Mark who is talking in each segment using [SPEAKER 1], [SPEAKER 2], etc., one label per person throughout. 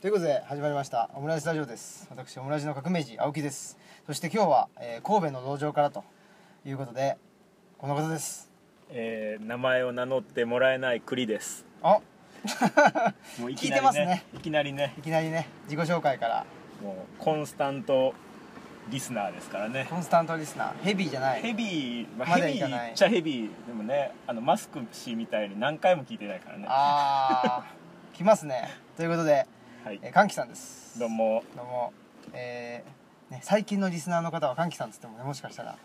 [SPEAKER 1] ということで始まりましたオムライスラジオです私オムライスの革命児青木ですそして今日は、えー神戸の道場からということでこの方です
[SPEAKER 2] えー名前を名乗ってもらえない栗です
[SPEAKER 1] あ
[SPEAKER 2] もうい
[SPEAKER 1] 聞いてますね
[SPEAKER 2] いきなりね
[SPEAKER 1] いきなりね自己紹介から
[SPEAKER 2] もうコンスタントリスナーですからね
[SPEAKER 1] コンスタントリスナーヘビーじゃない
[SPEAKER 2] ヘビー、ま
[SPEAKER 1] ま
[SPEAKER 2] あ、
[SPEAKER 1] だ
[SPEAKER 2] ヘ
[SPEAKER 1] い
[SPEAKER 2] ビ
[SPEAKER 1] かない
[SPEAKER 2] ーっちゃヘビーでもねあのマスク氏みたいに何回も聞いてないからねは
[SPEAKER 1] あー来ますねということで、
[SPEAKER 2] い
[SPEAKER 1] えー、歓喜さんです
[SPEAKER 2] どうも
[SPEAKER 1] どうもえーね、最近のリスナーの方は歓喜さんっつってもねもしかしたら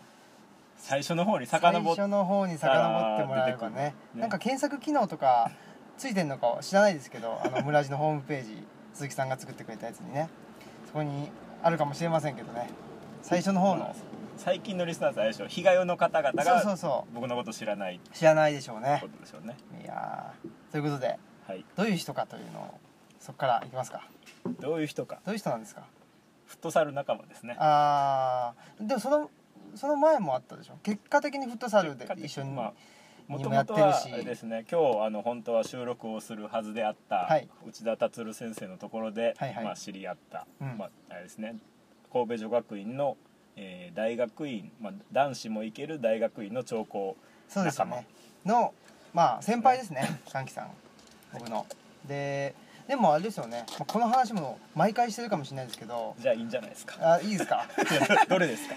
[SPEAKER 2] 最初の方に
[SPEAKER 1] 最
[SPEAKER 2] 遡って
[SPEAKER 1] 初の方に遡ってもらえれば
[SPEAKER 2] 出て
[SPEAKER 1] ね
[SPEAKER 2] くるね
[SPEAKER 1] なんか検索機能とかついてんのかは知らないですけどあの村地のホームページ鈴木さんが作ってくれたやつにねそこにあるかもしれませんけどね最初の方の
[SPEAKER 2] 最近のリスナーとあれでしょ日帰りの方々
[SPEAKER 1] そうそう
[SPEAKER 2] が
[SPEAKER 1] そ
[SPEAKER 2] 僕のこと知らないう
[SPEAKER 1] 知らないでしょうね
[SPEAKER 2] ことでしょうね
[SPEAKER 1] いやーということで
[SPEAKER 2] はい
[SPEAKER 1] どういう人かというのをそこからいきますか
[SPEAKER 2] どういう人か
[SPEAKER 1] どういう人なんですか
[SPEAKER 2] フットサル仲間ですね
[SPEAKER 1] あーでもそのその前もあったでしょ結果的にフットサルで一緒に、
[SPEAKER 2] まあも
[SPEAKER 1] に
[SPEAKER 2] と
[SPEAKER 1] もや
[SPEAKER 2] も
[SPEAKER 1] って
[SPEAKER 2] と
[SPEAKER 1] るし
[SPEAKER 2] はあれですね今日あの本当は収録をするはずであった、
[SPEAKER 1] はい
[SPEAKER 2] 内田達郎先生のところで、
[SPEAKER 1] はいはい
[SPEAKER 2] まあ、知り合った、
[SPEAKER 1] うん
[SPEAKER 2] まあ、あれですね神戸女学院の、えー大学院、まあ、男子も行ける大学院の長校
[SPEAKER 1] そうですよねのまあ先輩ですね歓喜さん僕のででもあれですよねまあこの話も毎回してるかもしれないですけど
[SPEAKER 2] じゃあいいんじゃないですか
[SPEAKER 1] あいいですか
[SPEAKER 2] どれですか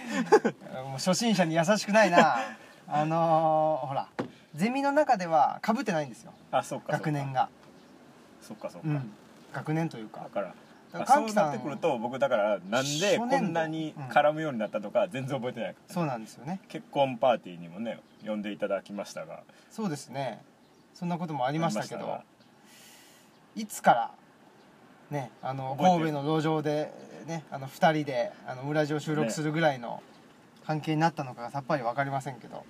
[SPEAKER 1] もう初心者に優しくないなあのーほらゼミの中ではかぶってないんですよ
[SPEAKER 2] あそうかそうか
[SPEAKER 1] 学年が
[SPEAKER 2] そっかそっか、
[SPEAKER 1] うん学年という
[SPEAKER 2] だ
[SPEAKER 1] か
[SPEAKER 2] から
[SPEAKER 1] だ
[SPEAKER 2] あ
[SPEAKER 1] から
[SPEAKER 2] そ
[SPEAKER 1] 柑
[SPEAKER 2] う
[SPEAKER 1] 樹さん
[SPEAKER 2] なってくると僕だからなんで
[SPEAKER 1] 初年度
[SPEAKER 2] こんなに絡むようになったとか全然覚えてない、
[SPEAKER 1] そうなんですよね
[SPEAKER 2] 結婚パーティーにもね呼んでいただきましたが
[SPEAKER 1] そうですねそんなこともありましたけ
[SPEAKER 2] あり
[SPEAKER 1] ど
[SPEAKER 2] が
[SPEAKER 1] いつからねあの
[SPEAKER 2] 覚えて
[SPEAKER 1] 神
[SPEAKER 2] る
[SPEAKER 1] 戸の路上でねあの2人であの裏地を収録するぐらいの関係になったのかがさっぱり分かりませんけど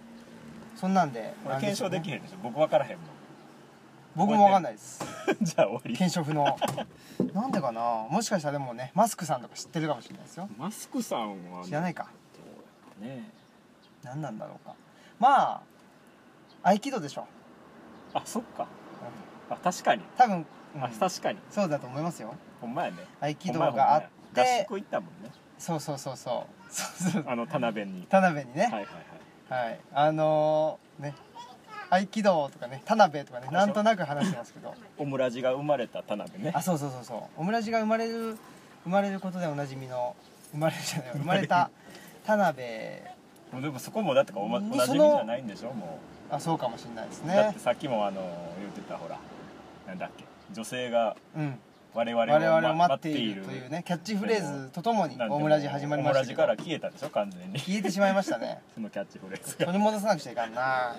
[SPEAKER 1] そんなんで
[SPEAKER 2] これ検証でき
[SPEAKER 1] る
[SPEAKER 2] へんでしょ僕分からへんもん
[SPEAKER 1] 僕も分かんないです
[SPEAKER 2] じゃあ終わり
[SPEAKER 1] 検証不能なんでかなもしかしたらでもねマスクさんとか知ってるかもしれないですよ
[SPEAKER 2] マスクさんは
[SPEAKER 1] 知らないいか
[SPEAKER 2] ね
[SPEAKER 1] 何なんだろうかまあ合気道でしょ、
[SPEAKER 2] あそっか
[SPEAKER 1] うん
[SPEAKER 2] あ確かに、
[SPEAKER 1] 多分、うん
[SPEAKER 2] あ確かに
[SPEAKER 1] そうだと思いますよ
[SPEAKER 2] ほんまやね
[SPEAKER 1] 合気
[SPEAKER 2] ほ
[SPEAKER 1] 道
[SPEAKER 2] んまやほんま
[SPEAKER 1] があっ
[SPEAKER 2] や合
[SPEAKER 1] て
[SPEAKER 2] 宿行ったもんね
[SPEAKER 1] そうそうそうそうそうそう
[SPEAKER 2] あの田辺に
[SPEAKER 1] 田辺にね、
[SPEAKER 2] はいはいはい
[SPEAKER 1] はい、あのーね合気道とかね田辺とかねなんとなく話してますけど
[SPEAKER 2] オムラジが生まれた田辺ね
[SPEAKER 1] あそうそうそうそうオムラジが生まれる生まれることでおなじみの生まれるじゃない生まれた田辺
[SPEAKER 2] もうでもそこもだってかお,、ま、お
[SPEAKER 1] に
[SPEAKER 2] なじみじゃないんでしょも
[SPEAKER 1] あそうかもしれないです
[SPEAKER 2] う、だっ
[SPEAKER 1] ね
[SPEAKER 2] てさっきもあの言ってたほらなんだっけ女性が
[SPEAKER 1] うん
[SPEAKER 2] 我々を,、
[SPEAKER 1] 我々を待っているというねキャッチフレーズとともに
[SPEAKER 2] なんでも
[SPEAKER 1] オムラジ始まりま
[SPEAKER 2] オム
[SPEAKER 1] し
[SPEAKER 2] ラ
[SPEAKER 1] た
[SPEAKER 2] ジ
[SPEAKER 1] け
[SPEAKER 2] から
[SPEAKER 1] ど
[SPEAKER 2] 消えたでしょ完全に
[SPEAKER 1] 消えてしまいましたね
[SPEAKER 2] そのキャッチフレーズが
[SPEAKER 1] 取り戻さなくちゃいかんな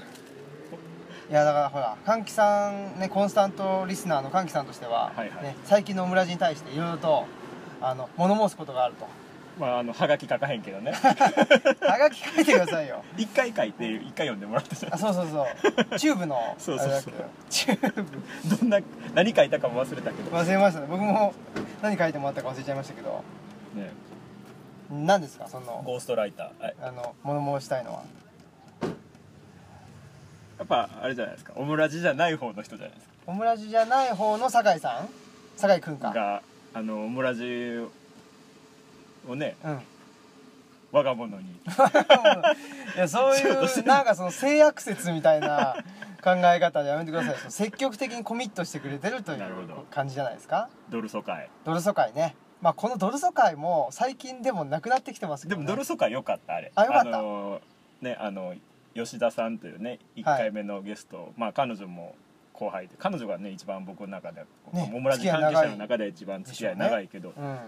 [SPEAKER 1] いやだからほら歓喜さんねコンスタントリスナーの歓喜さんとしては、
[SPEAKER 2] はいはい
[SPEAKER 1] ね、最近のオムラジに対していろいろとあの物申すことがあると
[SPEAKER 2] まああのはがき書かへんけどね
[SPEAKER 1] はがき書いてくださいよ
[SPEAKER 2] 一回書いて一回読んでもらったじゃん
[SPEAKER 1] あそうそうそうチューブの
[SPEAKER 2] そうそ
[SPEAKER 1] あ
[SPEAKER 2] うそう
[SPEAKER 1] れだっけチューブ
[SPEAKER 2] どんな何書いたかも忘れたけど、
[SPEAKER 1] 忘れましたね僕も何書いてもらったか忘れちゃいましたけど
[SPEAKER 2] ね、
[SPEAKER 1] 何ですかその
[SPEAKER 2] ゴーストライターあ
[SPEAKER 1] あの物申したいのは
[SPEAKER 2] やっぱあれじゃないですかオムラジじゃない方の人じゃないです
[SPEAKER 1] オムラジじゃない方の酒井さん酒井くん
[SPEAKER 2] か
[SPEAKER 1] か
[SPEAKER 2] があのオムラジをね
[SPEAKER 1] うん
[SPEAKER 2] 我が物に
[SPEAKER 1] いやそう いうなんかその性悪説みたいな考え方やめてくださいその積極的にコミットしてくれてるという
[SPEAKER 2] なるほど
[SPEAKER 1] 感じじゃないですか
[SPEAKER 2] ドル疎開
[SPEAKER 1] ドルソ会ねまあこのドルソ会も最近でもなくなってきてますけ
[SPEAKER 2] で
[SPEAKER 1] ど、
[SPEAKER 2] も
[SPEAKER 1] ね、
[SPEAKER 2] ドル疎開良かったあれ
[SPEAKER 1] あ良かった
[SPEAKER 2] のねあの吉田さんというね1回目のゲスト、まあ彼女も後輩で彼女がね一番僕の中で、
[SPEAKER 1] ね
[SPEAKER 2] オムラジ関係者の中で一番付き合い長いけど、
[SPEAKER 1] うん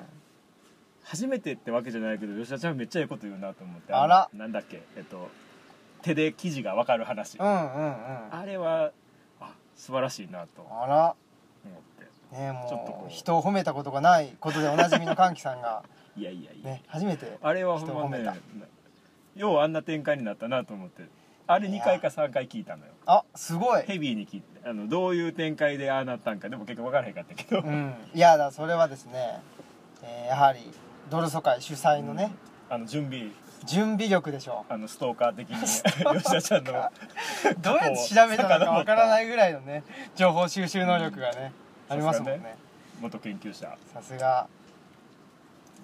[SPEAKER 2] 初めてってわけじゃないけど吉田ちゃんめっちゃいいこと言うなと思って
[SPEAKER 1] あら
[SPEAKER 2] のなんだっけえっと手で記事が分かる話、
[SPEAKER 1] うんうんうんあ
[SPEAKER 2] あれはあ素晴らしいなと思
[SPEAKER 1] ら
[SPEAKER 2] って
[SPEAKER 1] ねえもう
[SPEAKER 2] ちょっとこう
[SPEAKER 1] 人を褒めたことがないことでおなじみの歓喜さんが
[SPEAKER 2] いやい やいや、
[SPEAKER 1] ね初めて
[SPEAKER 2] あれはほんまね
[SPEAKER 1] 人を褒め
[SPEAKER 2] ようあんな展開になったなと思ってあれ
[SPEAKER 1] いや
[SPEAKER 2] 2回か3回聞いたのよ
[SPEAKER 1] あすごい
[SPEAKER 2] ヘビーに聞いてあのどういう展開でああなったんかでも結局分からへんかったけど、
[SPEAKER 1] うんいやだそれはですね、えーやはりドルソ会主催のね、
[SPEAKER 2] あの準備
[SPEAKER 1] 準備力でしょ
[SPEAKER 2] あのストーカー的に 吉田ちゃんの
[SPEAKER 1] うどうやって調べたのかわからないぐらいのね情報収集能力がね、ありますもんね
[SPEAKER 2] さすがね元研究者
[SPEAKER 1] さすが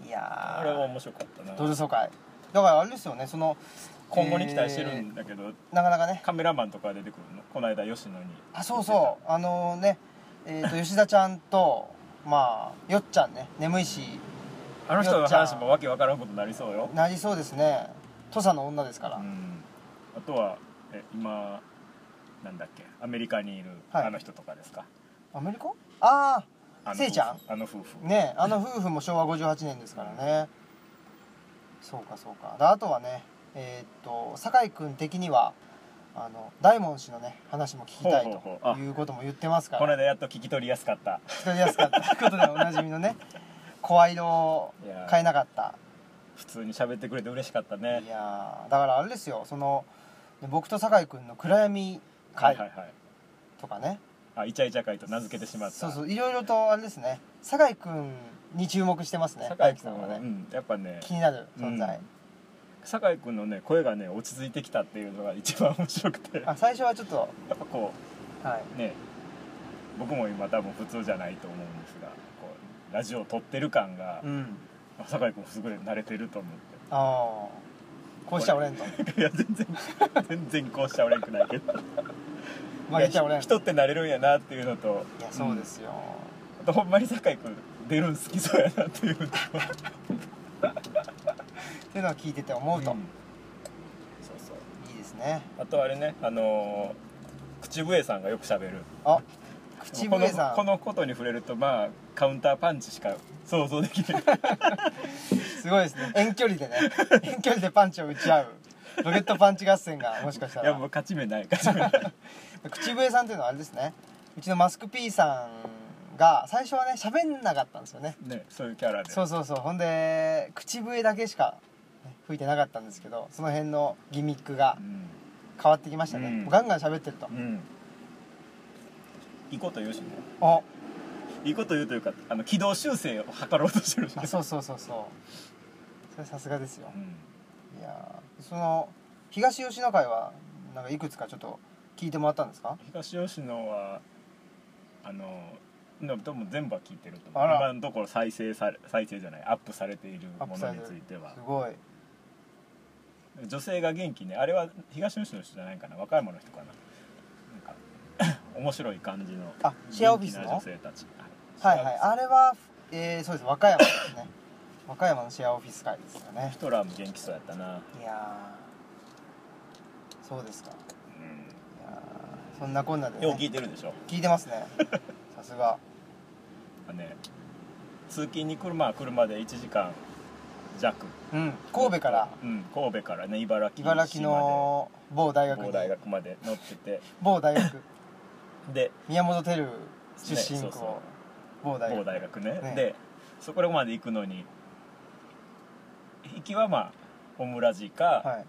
[SPEAKER 1] い
[SPEAKER 2] あれは
[SPEAKER 1] や
[SPEAKER 2] 面白かったな
[SPEAKER 1] ー同時総会だからあれですよねその
[SPEAKER 2] 今後に期待してるんだけど、
[SPEAKER 1] なかなかね
[SPEAKER 2] カメラマンとか出てくるのこの間吉野に
[SPEAKER 1] あそうそうあのねえ ー、と吉田ちゃんとまあよっちゃんね眠いし
[SPEAKER 2] あの人の話もわけわからんことになりそうよ、
[SPEAKER 1] なりそうですね土佐の女ですから、
[SPEAKER 2] うん、あとはえ今なんだっけアメリカにいる
[SPEAKER 1] はい
[SPEAKER 2] あの人とかですか、
[SPEAKER 1] アメリカあ
[SPEAKER 2] あの夫婦
[SPEAKER 1] せいちゃん
[SPEAKER 2] あの夫婦
[SPEAKER 1] あねあの夫婦も昭和58年ですからねそうかそうかであとはねえーっと酒井君的にはあの大門氏のね話も聞きたい
[SPEAKER 2] ほうほうほうあ
[SPEAKER 1] ということも言ってますか
[SPEAKER 2] この
[SPEAKER 1] ら
[SPEAKER 2] 間やっと聞き取りやすかった
[SPEAKER 1] 聞き取りやすかったということでおなじみの ね声色を変えなかった
[SPEAKER 2] 普通に喋ってくれて嬉しかった
[SPEAKER 1] い
[SPEAKER 2] ね
[SPEAKER 1] やーだからあれですよそのね僕と酒井君の暗闇
[SPEAKER 2] は
[SPEAKER 1] 会
[SPEAKER 2] いはいはい
[SPEAKER 1] とかね、
[SPEAKER 2] あイチャイチャ会と名付けてしまった
[SPEAKER 1] そうそういろいろとあれですね酒井君に注目してますね
[SPEAKER 2] 酒井
[SPEAKER 1] さん
[SPEAKER 2] 君
[SPEAKER 1] は
[SPEAKER 2] は
[SPEAKER 1] ね
[SPEAKER 2] ね、、うん、やっぱね
[SPEAKER 1] 気になる存在、
[SPEAKER 2] 酒井君のね声がね落ち着いてきたっていうのが一番面白くてやっ
[SPEAKER 1] あ最初はちょっと
[SPEAKER 2] ぱこ
[SPEAKER 1] はいう
[SPEAKER 2] ね僕も今多分普通じゃないと思うんですがこうラジオを撮ってる感が、
[SPEAKER 1] うん
[SPEAKER 2] あ酒井君すごい慣れてると思って
[SPEAKER 1] ああこうしちゃおれんと
[SPEAKER 2] いや全然全然こうしちゃおれんくないけど
[SPEAKER 1] 曲げちゃおれん
[SPEAKER 2] いや人ってなれるんやなっていうのと
[SPEAKER 1] いやそうですよ、
[SPEAKER 2] うんあとほんまに酒井君出るん好きそうやなっていうのと
[SPEAKER 1] っていうのは聞いてて思うと、
[SPEAKER 2] うんそうそう
[SPEAKER 1] いいですね
[SPEAKER 2] あとあれねあのー口笛さんがよくしゃべる
[SPEAKER 1] あ口笛さん
[SPEAKER 2] このこのことに触れるとまあカウンターパンチしか想像できない
[SPEAKER 1] すごいですね遠距 離でね遠距離でパンチを打ち合うロケットパンチ合戦がもしかした
[SPEAKER 2] いや
[SPEAKER 1] ら
[SPEAKER 2] もう勝ち目ない勝ち目ない
[SPEAKER 1] 口笛さんっていうのはあれですねうちのマスク P さんが最初はね喋んなかったんですよね
[SPEAKER 2] ねそういうキャラで
[SPEAKER 1] そうそうそうほんで口笛だけしかね吹いてなかったんですけどその辺のギミックが
[SPEAKER 2] うん、
[SPEAKER 1] 変わってきましたね、
[SPEAKER 2] うん
[SPEAKER 1] ガンガン喋ってると
[SPEAKER 2] う、ん、いいこと言うしね
[SPEAKER 1] お
[SPEAKER 2] いいこと言うというかあの軌道修正を図ろうとしてるしね
[SPEAKER 1] あそうそうそうそうそれさすがですよ
[SPEAKER 2] うん
[SPEAKER 1] いやーその東吉野会はなんかいくつかちょっと聞いてもらったんですか
[SPEAKER 2] 東吉野はあのでも多分全部は聞いてると思
[SPEAKER 1] あ
[SPEAKER 2] う
[SPEAKER 1] ら
[SPEAKER 2] 今のところ再生され再生じゃないアップされている
[SPEAKER 1] アッ
[SPEAKER 2] も
[SPEAKER 1] プ
[SPEAKER 2] の
[SPEAKER 1] され
[SPEAKER 2] に
[SPEAKER 1] て
[SPEAKER 2] つい
[SPEAKER 1] る
[SPEAKER 2] ては
[SPEAKER 1] すごい
[SPEAKER 2] 女性が元気ねあれは東吉野の人じゃないかな若い者の人かななんか 面白い感じの
[SPEAKER 1] あシェアオフィスの
[SPEAKER 2] 元気な女性たち
[SPEAKER 1] はいはいあれは、えー、そうです和歌山ですね 和歌山のシェアオフィス会ですよね
[SPEAKER 2] ヒトラーも元気そうやったない
[SPEAKER 1] やーそうですかい
[SPEAKER 2] うん
[SPEAKER 1] やーそんなこんなで、
[SPEAKER 2] よう聞
[SPEAKER 1] ね、
[SPEAKER 2] いてるでしょ
[SPEAKER 1] 聞いてます ねさすが
[SPEAKER 2] あね通勤に車車で1時間弱
[SPEAKER 1] うん神戸から、
[SPEAKER 2] うん、神戸からね茨城市まで
[SPEAKER 1] 茨城の某大学に
[SPEAKER 2] 某大学まで乗ってて
[SPEAKER 1] 某大学
[SPEAKER 2] で
[SPEAKER 1] 宮本照出身校、
[SPEAKER 2] ねそうそう
[SPEAKER 1] 某大
[SPEAKER 2] 某
[SPEAKER 1] 学
[SPEAKER 2] 大学ね
[SPEAKER 1] ね
[SPEAKER 2] でそこまで行くのに行きはまあオムラジか
[SPEAKER 1] はい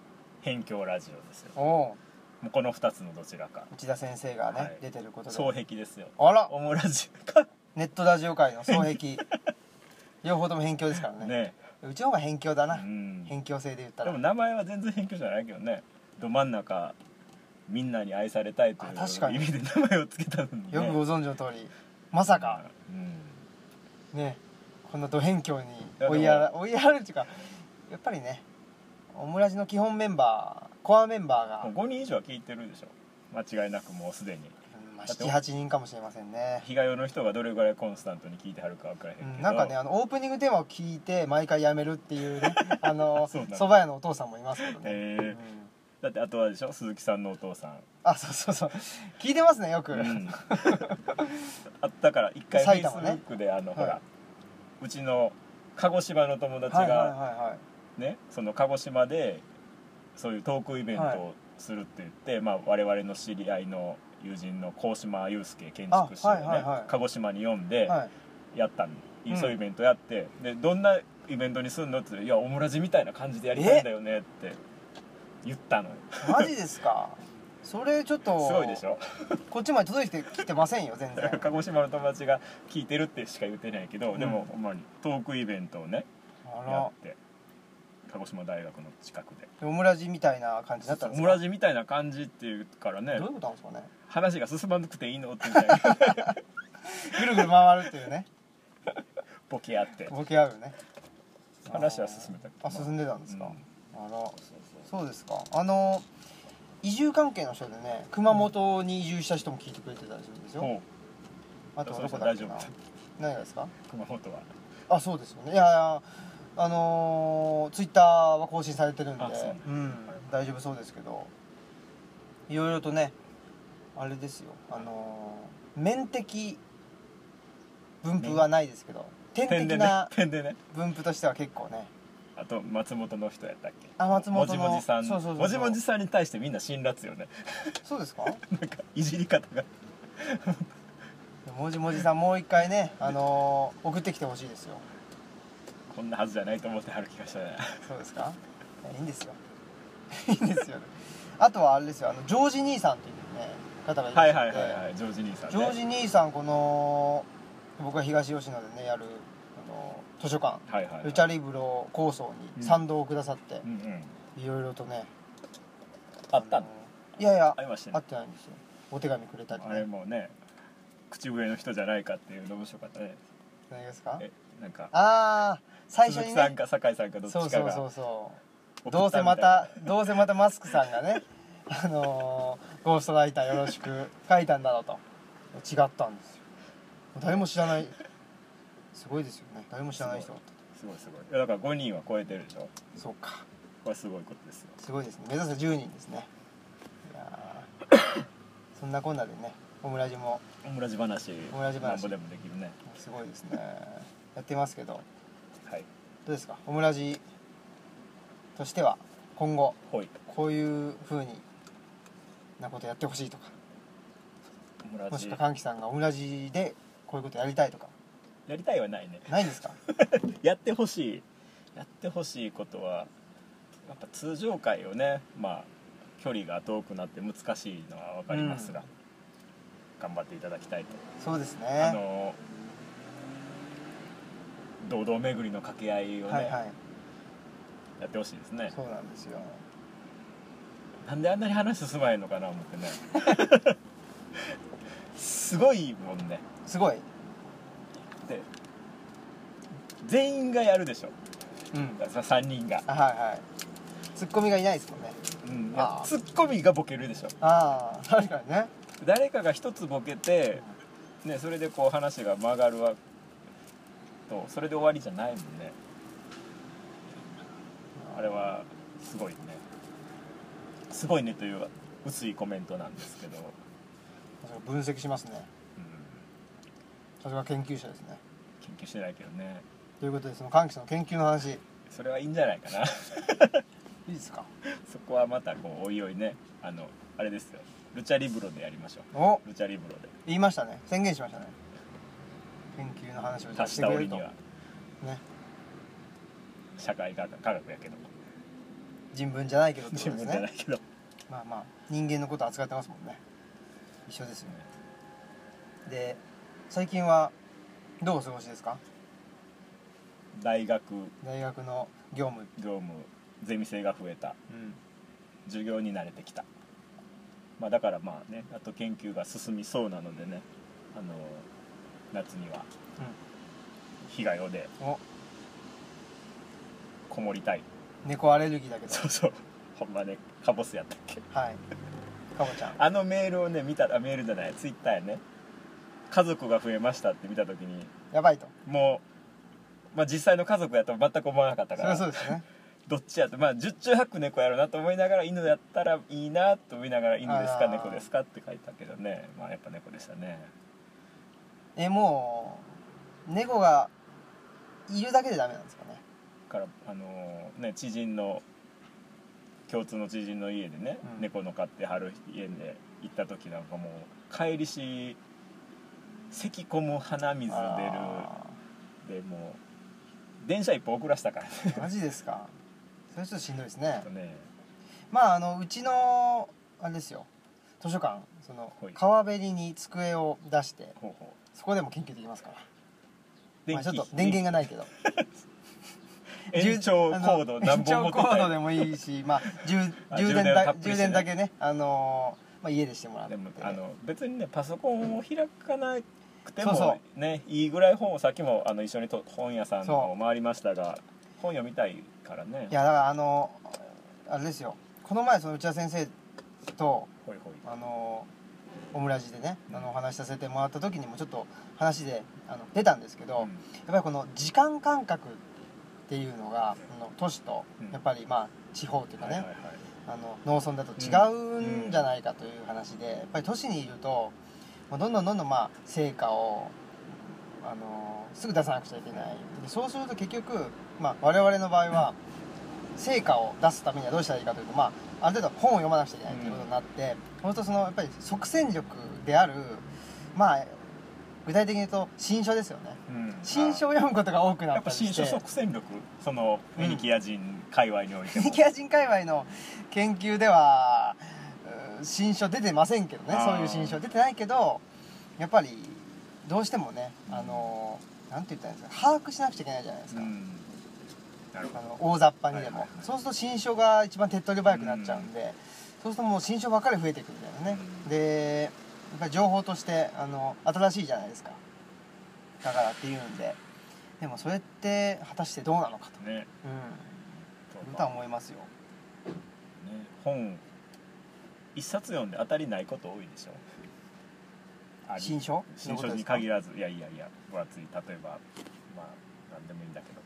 [SPEAKER 2] 辺境ラジオですよ
[SPEAKER 1] おお
[SPEAKER 2] もうこの2つのどちらか
[SPEAKER 1] う内田先生がね、
[SPEAKER 2] はい
[SPEAKER 1] 出てることで
[SPEAKER 2] 双璧ですよ
[SPEAKER 1] あら
[SPEAKER 2] オムラジか
[SPEAKER 1] ネットラジオ界の双璧 両方とも辺境ですからね
[SPEAKER 2] ね
[SPEAKER 1] うちの方が辺境だ
[SPEAKER 2] う
[SPEAKER 1] な、
[SPEAKER 2] んで
[SPEAKER 1] 辺境性で言ったら
[SPEAKER 2] も名前は全然辺境じゃないけどねど真ん中みんなに愛されたいとい
[SPEAKER 1] あ確か
[SPEAKER 2] う
[SPEAKER 1] に
[SPEAKER 2] 意味で名前を付けたのに
[SPEAKER 1] よくご
[SPEAKER 2] ね
[SPEAKER 1] 存知の通りまさか
[SPEAKER 2] うん
[SPEAKER 1] ねこんなド辺境に
[SPEAKER 2] や
[SPEAKER 1] 追いや
[SPEAKER 2] で
[SPEAKER 1] ら追いやられるっていうかやっぱりねオムラジの基本メンバーコアメンバーが、
[SPEAKER 2] もう5人以上は聞いてるでしょ間違いなくもうすでに
[SPEAKER 1] うんまあ、
[SPEAKER 2] だって
[SPEAKER 1] 78人かもしれませんね、
[SPEAKER 2] 日帰りの人がどれぐらいコンスタントに聞いてはるか分からへんけ
[SPEAKER 1] う
[SPEAKER 2] ど、
[SPEAKER 1] ん、なんかねあのオープニングテーマを聞いて毎回やめるっていう ねあの
[SPEAKER 2] そうなんだ
[SPEAKER 1] 蕎麦屋のお父さんもいますけどね、
[SPEAKER 2] へ
[SPEAKER 1] う
[SPEAKER 2] え
[SPEAKER 1] ん
[SPEAKER 2] だってあとはでしょ鈴木さんのお父さん、
[SPEAKER 1] あそうそうそう聞いてますねよく、
[SPEAKER 2] あったから一回フェ
[SPEAKER 1] 埼
[SPEAKER 2] イスブ
[SPEAKER 1] 玉ね
[SPEAKER 2] ックであの、
[SPEAKER 1] はい
[SPEAKER 2] ほらうちの鹿児島の友達
[SPEAKER 1] はいはいはい
[SPEAKER 2] が
[SPEAKER 1] は
[SPEAKER 2] ね、その鹿児島でそういうトークイベント
[SPEAKER 1] は
[SPEAKER 2] をするって言って、まあ、我々の知り合いの友人の鴻島祐介建
[SPEAKER 1] あ
[SPEAKER 2] 築士をね、
[SPEAKER 1] はいはいはい
[SPEAKER 2] 鹿児島に呼ん
[SPEAKER 1] い
[SPEAKER 2] で
[SPEAKER 1] はい
[SPEAKER 2] やったの、
[SPEAKER 1] うん
[SPEAKER 2] そういうイベントやってでどんなイベントにすんのって言って「いやオムラジみたいな感じでやりたいんだよね」って言ったのよ
[SPEAKER 1] マジですかそれちょっと
[SPEAKER 2] すごいでしょ
[SPEAKER 1] こっちまで届いてきてませんよ全然
[SPEAKER 2] 鹿児島の友達が聞いてるってしか言ってないけど、
[SPEAKER 1] うん
[SPEAKER 2] でもほんまにトークイベントをね
[SPEAKER 1] あ
[SPEAKER 2] や
[SPEAKER 1] ら
[SPEAKER 2] って鹿児島大学の近くで
[SPEAKER 1] オムラジみたいな感じだったん
[SPEAKER 2] オ
[SPEAKER 1] です
[SPEAKER 2] ム
[SPEAKER 1] か
[SPEAKER 2] ラジみたいな感じっていうからね
[SPEAKER 1] どういうことなんですかね
[SPEAKER 2] 話が進まなくていいのって言ったら
[SPEAKER 1] ぐるぐる回るっていうね
[SPEAKER 2] ボケ合って
[SPEAKER 1] ボケ合うよね
[SPEAKER 2] 話は進めたけど
[SPEAKER 1] あ進んでたんですか、あら
[SPEAKER 3] そうそう
[SPEAKER 1] そうですかあの移住関係の人でね熊本に移住した人も聞いてくれてたりするんですよ、
[SPEAKER 2] も
[SPEAKER 1] あとはどこだっけな
[SPEAKER 2] 大丈
[SPEAKER 1] 何がですか
[SPEAKER 2] う熊本は
[SPEAKER 1] あそうですよねいやいやあのー、ツイッターは更新されてるんで
[SPEAKER 2] あそうね
[SPEAKER 1] うん、大丈夫そうですけどいろいろとねあれですよあのー、面的分布はないですけど点
[SPEAKER 2] 点で
[SPEAKER 1] 的
[SPEAKER 2] ね
[SPEAKER 1] な
[SPEAKER 2] 点でね
[SPEAKER 1] 分布としては結構ね
[SPEAKER 2] あと松本の人やったっけ
[SPEAKER 1] あ松本の
[SPEAKER 2] もじもじさん
[SPEAKER 1] そうそうそうそう
[SPEAKER 2] もじもじさんに対してみんな辛辣よね
[SPEAKER 1] そうですか
[SPEAKER 2] なんかいじり方が
[SPEAKER 1] もじもじさんもう一回ね、あのー、送ってきてほしいですよ
[SPEAKER 2] こんなはずじゃないと思ってはる気がした ね
[SPEAKER 1] そうですかいやいいんですよ いいんですよあとはあれですよあのジョージ兄さんっていうね方がいらっ
[SPEAKER 2] はい
[SPEAKER 1] しゃ
[SPEAKER 2] はい
[SPEAKER 1] って、
[SPEAKER 2] はいはいジョージ兄さん
[SPEAKER 1] ジ
[SPEAKER 2] ね
[SPEAKER 1] ョージ兄さんこの僕は東吉野でねやるあの図書館
[SPEAKER 2] はいはいはい
[SPEAKER 1] ルチャリブロ構想
[SPEAKER 2] う
[SPEAKER 1] に
[SPEAKER 2] ん
[SPEAKER 1] 賛同をくださって
[SPEAKER 2] うんうん
[SPEAKER 1] いろいろとね
[SPEAKER 2] あったの
[SPEAKER 1] いやいや
[SPEAKER 2] ありました
[SPEAKER 1] 会
[SPEAKER 2] ね
[SPEAKER 1] ってないんですよお手紙くれたり
[SPEAKER 2] あれ
[SPEAKER 1] ね
[SPEAKER 2] もね口上の人じゃないかっていうの面白かったね
[SPEAKER 1] 何ですか
[SPEAKER 2] えなんか
[SPEAKER 1] ああ最初
[SPEAKER 2] 鈴木
[SPEAKER 1] に
[SPEAKER 2] さん
[SPEAKER 1] ね
[SPEAKER 2] か酒井さんかどっち
[SPEAKER 1] そう
[SPEAKER 2] か
[SPEAKER 1] そう
[SPEAKER 2] が
[SPEAKER 1] そう
[SPEAKER 2] 送
[SPEAKER 1] そ
[SPEAKER 2] ったみたいうな
[SPEAKER 1] どうせまたどうせまたマスクさんがね あのーゴーストライターよろしく書いたんだろうと違ったんですよ誰も知らないすごいですよね誰も知らない人だった
[SPEAKER 2] すごいすごいいやだから5人は超えてるでしょ
[SPEAKER 1] そうか
[SPEAKER 2] これすごいことですよ
[SPEAKER 1] すごいですね目指せ10人ですねいや ーそんなこんなでねオムラジも
[SPEAKER 2] オムラジ話
[SPEAKER 1] オムラジ話
[SPEAKER 2] なんぼでもできるね
[SPEAKER 1] すごいですねやってますけどど
[SPEAKER 2] はいう
[SPEAKER 1] ですかオムラジとしては今後
[SPEAKER 2] ほい
[SPEAKER 1] こういうふうになことやってほしいとか
[SPEAKER 2] オムラ
[SPEAKER 1] もし
[SPEAKER 2] ジ
[SPEAKER 1] くは歓喜さんがオムラジでこういうことやりたいとか
[SPEAKER 2] やりたいはないね
[SPEAKER 1] ないですか
[SPEAKER 2] やってほしいやってほしいことはやっぱ通常回をねまあ距離が遠くなって難しいのは分かりますが、
[SPEAKER 1] うん
[SPEAKER 2] 頑張っていただきたいと
[SPEAKER 1] そうですね
[SPEAKER 2] あの堂々巡りの掛け合いをね、
[SPEAKER 1] はいはい
[SPEAKER 2] やってほしいですね
[SPEAKER 1] そうなんですよ
[SPEAKER 2] なんであんなに話進まないのかな思ってね すごいもんね
[SPEAKER 1] すごい
[SPEAKER 2] で全員がやるでしょ
[SPEAKER 1] うん
[SPEAKER 2] 3人が、
[SPEAKER 1] あはいはいツッコミがいないですもんね
[SPEAKER 2] うん
[SPEAKER 1] あー
[SPEAKER 2] ツッコミがボケるでしょ
[SPEAKER 1] ああ確かにね
[SPEAKER 2] 誰かが一つボケて、ね、それでこう話が曲がるわとそれで終わりじゃないもんねあれはすごいねすごいねという薄いコメントなんですけど、
[SPEAKER 1] 分析しますね
[SPEAKER 2] うん、
[SPEAKER 1] さすが研究者ですね
[SPEAKER 2] 研究してないけどね
[SPEAKER 1] ということでその歓喜さんの研究の話い
[SPEAKER 2] それはいいんじゃないかな
[SPEAKER 1] いですか
[SPEAKER 2] そこはまたこうおいおいねあのあれですよルチャリブロでやりましょ
[SPEAKER 1] お
[SPEAKER 2] うルチャリブロで
[SPEAKER 1] 言いましたね宣言しましたね研究の話をじゃあ
[SPEAKER 2] 達
[SPEAKER 1] し
[SPEAKER 2] して
[SPEAKER 1] く
[SPEAKER 2] た
[SPEAKER 1] れる
[SPEAKER 2] 折
[SPEAKER 1] と
[SPEAKER 2] に
[SPEAKER 1] ね
[SPEAKER 2] は社会科学科学やけど
[SPEAKER 1] 人文じゃないけどってことです
[SPEAKER 2] 自分じゃない
[SPEAKER 1] ね
[SPEAKER 2] けど
[SPEAKER 1] まあまあ人間のこと扱ってますもんね一緒ですよねで最近はどうお過ごしですか
[SPEAKER 2] 大学
[SPEAKER 1] 大学の業務
[SPEAKER 2] 業務ゼミ生が増えた
[SPEAKER 1] うん
[SPEAKER 2] 授業に慣れてきた、まあ、だからまあねあと研究が進みそうなのでねあの夏には日帰りで
[SPEAKER 1] お
[SPEAKER 2] こもりたい
[SPEAKER 1] 猫アレルギーだけど
[SPEAKER 2] そうそうほんまねカボスやったっけ
[SPEAKER 1] はいかぼちゃん
[SPEAKER 2] あのメールをね見たあメールじゃないツイッターやね家族が増えましたって見た時に
[SPEAKER 1] やばいと
[SPEAKER 2] もう、まあ、実際の家族やと全く思わなかった
[SPEAKER 1] そ
[SPEAKER 2] か
[SPEAKER 1] れは
[SPEAKER 2] ら
[SPEAKER 1] そうですね
[SPEAKER 2] どっちやとまあ十中八九猫やろうなと思いながら犬やったらいいなと思いながら犬です
[SPEAKER 1] あ
[SPEAKER 2] か
[SPEAKER 1] ー
[SPEAKER 2] 猫ですかって書いたけどねまあやっぱ猫でしたね
[SPEAKER 1] えもう猫がいるだけでダメなんですかね
[SPEAKER 2] からあのーね知人の共通の知人の家でね、
[SPEAKER 1] うん
[SPEAKER 2] 猫の飼ってはる家で行った時なんかもう帰りし咳込む鼻水
[SPEAKER 1] あ
[SPEAKER 2] 出るでもう電車一歩遅らせたからね
[SPEAKER 1] ーマジですかそれちょっとしんどいですね
[SPEAKER 2] あとね
[SPEAKER 1] まああのうちのあれですよ図書館その
[SPEAKER 2] はい
[SPEAKER 1] 川べりに机を出して
[SPEAKER 2] ほうほ
[SPEAKER 1] そこでも研究できますから
[SPEAKER 2] う
[SPEAKER 1] まあ、ちょっと電源がないけど
[SPEAKER 2] 延長コ
[SPEAKER 1] あの
[SPEAKER 2] ード何本持
[SPEAKER 1] 延長コ
[SPEAKER 2] って
[SPEAKER 1] ード
[SPEAKER 2] た
[SPEAKER 1] で
[SPEAKER 2] い
[SPEAKER 1] もいいし、まあ、充
[SPEAKER 2] あ
[SPEAKER 1] 充
[SPEAKER 2] 充
[SPEAKER 1] 電
[SPEAKER 2] 電をた
[SPEAKER 1] だ
[SPEAKER 2] っぷ
[SPEAKER 1] 充
[SPEAKER 2] りしてね
[SPEAKER 1] 電だけね、あのーまあ、家でしてもらって
[SPEAKER 2] でもあの別にねパソコンを開かなくて
[SPEAKER 1] そうそ
[SPEAKER 2] もねいいぐらい本をさっきもあの一緒にと本屋さんの方回りましたが本読みたいからね
[SPEAKER 1] いやだからあのあれですよこの前その内田先生と
[SPEAKER 2] ほいほい
[SPEAKER 1] あのオムラジでねあのお話しさせてもらった時にもちょっと話であの出たんですけど、
[SPEAKER 2] うん
[SPEAKER 1] やっぱりこの時間感覚っていうのがあの都市と
[SPEAKER 2] うん
[SPEAKER 1] やっぱりまあ地方というか
[SPEAKER 2] は
[SPEAKER 1] ね、
[SPEAKER 2] いはいはい
[SPEAKER 1] あの農村だと違うんじゃないかという話で、やっぱり都市にいるともうどんどんどんどんまあ成果をあのすぐ出さなくちゃいけないでそうすると結局、まあ、我々の場合は成果を出すためにはどうしたらいいかというと、まあ、ある程度本を読まなくちゃいけないということになって、そうするとそのやっぱり即戦力であるまあ具体的に言うと新書ですよね
[SPEAKER 2] うん
[SPEAKER 1] 新書を読むことが多くな
[SPEAKER 2] や
[SPEAKER 1] っ
[SPEAKER 2] っぱ
[SPEAKER 1] たりして
[SPEAKER 2] 新書即戦力そのフェニキア人界隈において
[SPEAKER 1] フェ
[SPEAKER 2] も
[SPEAKER 1] ニキア人界隈の研究ではうー新書出てませんけどね
[SPEAKER 2] あー
[SPEAKER 1] そういう新書出てないけどやっぱりどうしてもねあのなんて言ったらいいんですか把握しなくちゃいけないじゃないです
[SPEAKER 2] う
[SPEAKER 1] か、
[SPEAKER 2] んなる
[SPEAKER 1] あ
[SPEAKER 2] ほ
[SPEAKER 1] の大雑把にでも、
[SPEAKER 2] はいはいはい
[SPEAKER 1] そうすると新書が一番手っ取り早くなっちゃうんで、そうするともう新書ばっかり増えていくみたいなね、
[SPEAKER 2] うん
[SPEAKER 1] でやっぱり情報としてあの新しいじゃないですかだからっていうんででもそれって果たしてどうなのかと、
[SPEAKER 2] ど
[SPEAKER 1] う
[SPEAKER 2] ね
[SPEAKER 1] ん、い
[SPEAKER 2] と
[SPEAKER 1] うことは思いますよ
[SPEAKER 2] ね本一冊読んで当たりないこと多いでしょあり
[SPEAKER 1] 新書
[SPEAKER 2] 新書に限らずいやいやいや分厚い例えばまあ何でもいいんだけど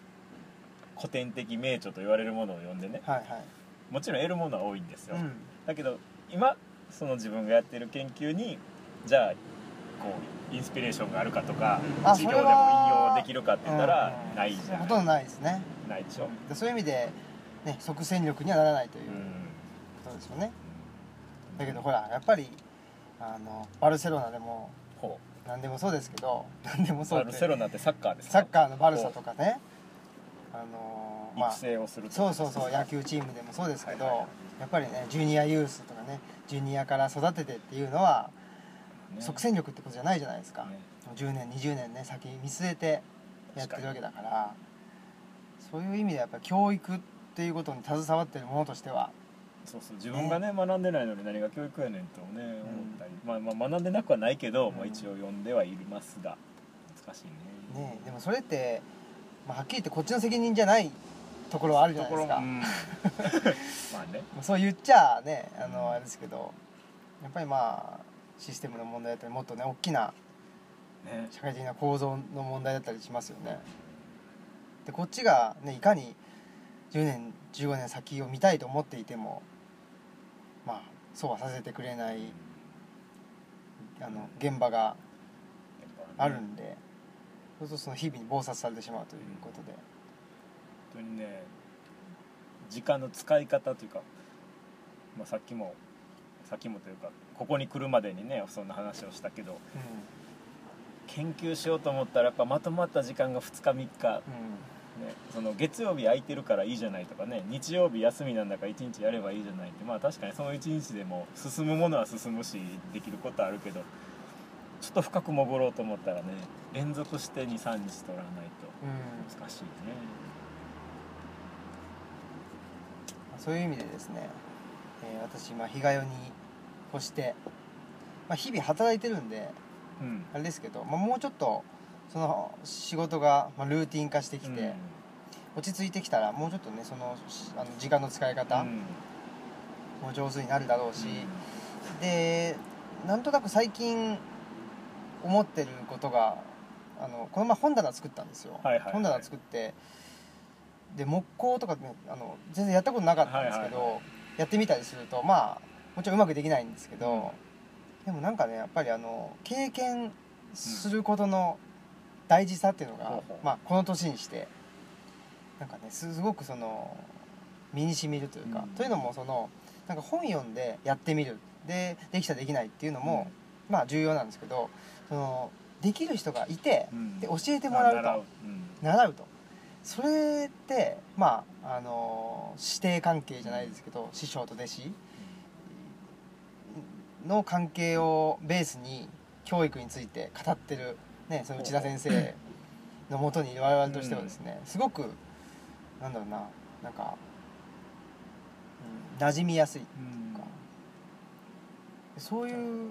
[SPEAKER 2] 古典的名著と言われるものを読んでね
[SPEAKER 1] はいはい
[SPEAKER 2] もちろん得るものは多いんですよ、
[SPEAKER 1] うん
[SPEAKER 2] だけど今その自分がやってる研究にじゃあこうインスピレーションがあるかとか
[SPEAKER 1] あ
[SPEAKER 2] 治
[SPEAKER 1] そ
[SPEAKER 2] 療で
[SPEAKER 1] れ
[SPEAKER 2] も
[SPEAKER 1] は
[SPEAKER 2] 引用できるかって言ったら
[SPEAKER 1] うん
[SPEAKER 2] ないじゃ
[SPEAKER 1] ほと
[SPEAKER 2] な
[SPEAKER 1] んど
[SPEAKER 2] い
[SPEAKER 1] ないですね
[SPEAKER 2] ないでしょ、
[SPEAKER 1] でそういう意味で、ね、即戦力にはならないといううんことですよね、だけどほらやっぱりあのバルセロナでも
[SPEAKER 2] ほ
[SPEAKER 1] 何でもそうですけど何でも
[SPEAKER 2] う
[SPEAKER 1] そう
[SPEAKER 2] バ
[SPEAKER 1] って
[SPEAKER 2] ルセロナってサッカーです
[SPEAKER 1] サッカーのバルサとかねあのーまあ
[SPEAKER 2] 育成をするとか
[SPEAKER 1] そうそうそう野球チームでもそうですけど、
[SPEAKER 2] はいはいはい
[SPEAKER 1] やっぱりねジュニアユースとかねジュニアから育ててっていうのは、
[SPEAKER 2] ね
[SPEAKER 1] 即戦力ってことじゃないじゃないですか、
[SPEAKER 2] ね
[SPEAKER 1] もう10年20年ね先見据えてやってるわけだからそういう意味でやっぱり教育っていうことに携わってるものとしては
[SPEAKER 2] そうそう自分がね学んでないのに何が教育やねんとね思ったり、まあ、まあ学んでなくはないけど、
[SPEAKER 1] うん
[SPEAKER 2] まあ、一応読んではいますが難しいね
[SPEAKER 1] ねでもそれって、まあ、はっきり言ってこっちの責任じゃないところはあるじゃ
[SPEAKER 2] と
[SPEAKER 1] ない
[SPEAKER 2] こ
[SPEAKER 1] で
[SPEAKER 2] ろ
[SPEAKER 1] す
[SPEAKER 2] も、
[SPEAKER 1] か、
[SPEAKER 2] う んまあね
[SPEAKER 1] そう言っちゃあねあ
[SPEAKER 2] うん
[SPEAKER 1] のあれですけどやっぱりまあシステムの問題だったりもっとね大きな
[SPEAKER 2] ね
[SPEAKER 1] 社会的な構造の問題だったりしますよね。でこっちが、ね、いかに10年15年先を見たいと思っていてもまあそうはさせてくれないあの現場がある
[SPEAKER 2] 本
[SPEAKER 1] んで、そうするとその日々に忙殺されてしまうということで、
[SPEAKER 2] 当にね時間の使い方というか、まあ、さっきもさっきもというかここに来るまでにねそんな話をしたけど研究しようと思ったらやっぱまとまった時間が2日3日
[SPEAKER 1] うんうん
[SPEAKER 2] ね、その月曜日空いてるからいいじゃないとかね日曜日休みなんだから一日やればいいじゃないってまあ確かにその一日でも進むものは進むしできることはあるけどちょっと深く潜ろうと思ったらね連続して23日取らない
[SPEAKER 1] うん
[SPEAKER 2] と難しいね
[SPEAKER 1] そういう意味でですね、えー私今日帰りに干して、まあ、日々働いてるんで
[SPEAKER 2] うん
[SPEAKER 1] あれですけど、まあ、もうちょっとその仕事が、まあ、ルーティン化してきて。
[SPEAKER 2] うん
[SPEAKER 1] 落ち着いてきたらもうちょっとねそのしあの時間の使い方
[SPEAKER 2] うん
[SPEAKER 1] も上手になるだろうし、でなんとなく最近思ってることがあのこの前本棚作ったんですよ、
[SPEAKER 2] はいはいはい
[SPEAKER 1] 本棚作ってで木工とか、ね、あの全然やったことなかったんですけど、
[SPEAKER 2] はいは
[SPEAKER 1] やってみたりするとまあもちろんうまくできないんですけど、でもなんかねやっぱりあの経験することの大事さっていうの
[SPEAKER 2] ほう
[SPEAKER 1] が、
[SPEAKER 2] ほう
[SPEAKER 1] まあ、この年にしてなんかねすすごくその身にしみるというか、
[SPEAKER 2] うん
[SPEAKER 1] というのもそのなんか本読んでやってみるでできたできないっていうのも、まあ重要なんですけどそのできる人がいて、
[SPEAKER 2] うん
[SPEAKER 1] で教えてもらうと
[SPEAKER 2] 習
[SPEAKER 1] 習
[SPEAKER 2] う
[SPEAKER 1] う
[SPEAKER 2] うん
[SPEAKER 1] とそれってまああの師弟関係じゃないですけど、師匠と弟子の関係をベースに教育について語ってる、ね、その内田先生のもとに我々としてはですね、すごくなんだろうななんか、うん、馴染みやすい
[SPEAKER 2] うん
[SPEAKER 1] そういう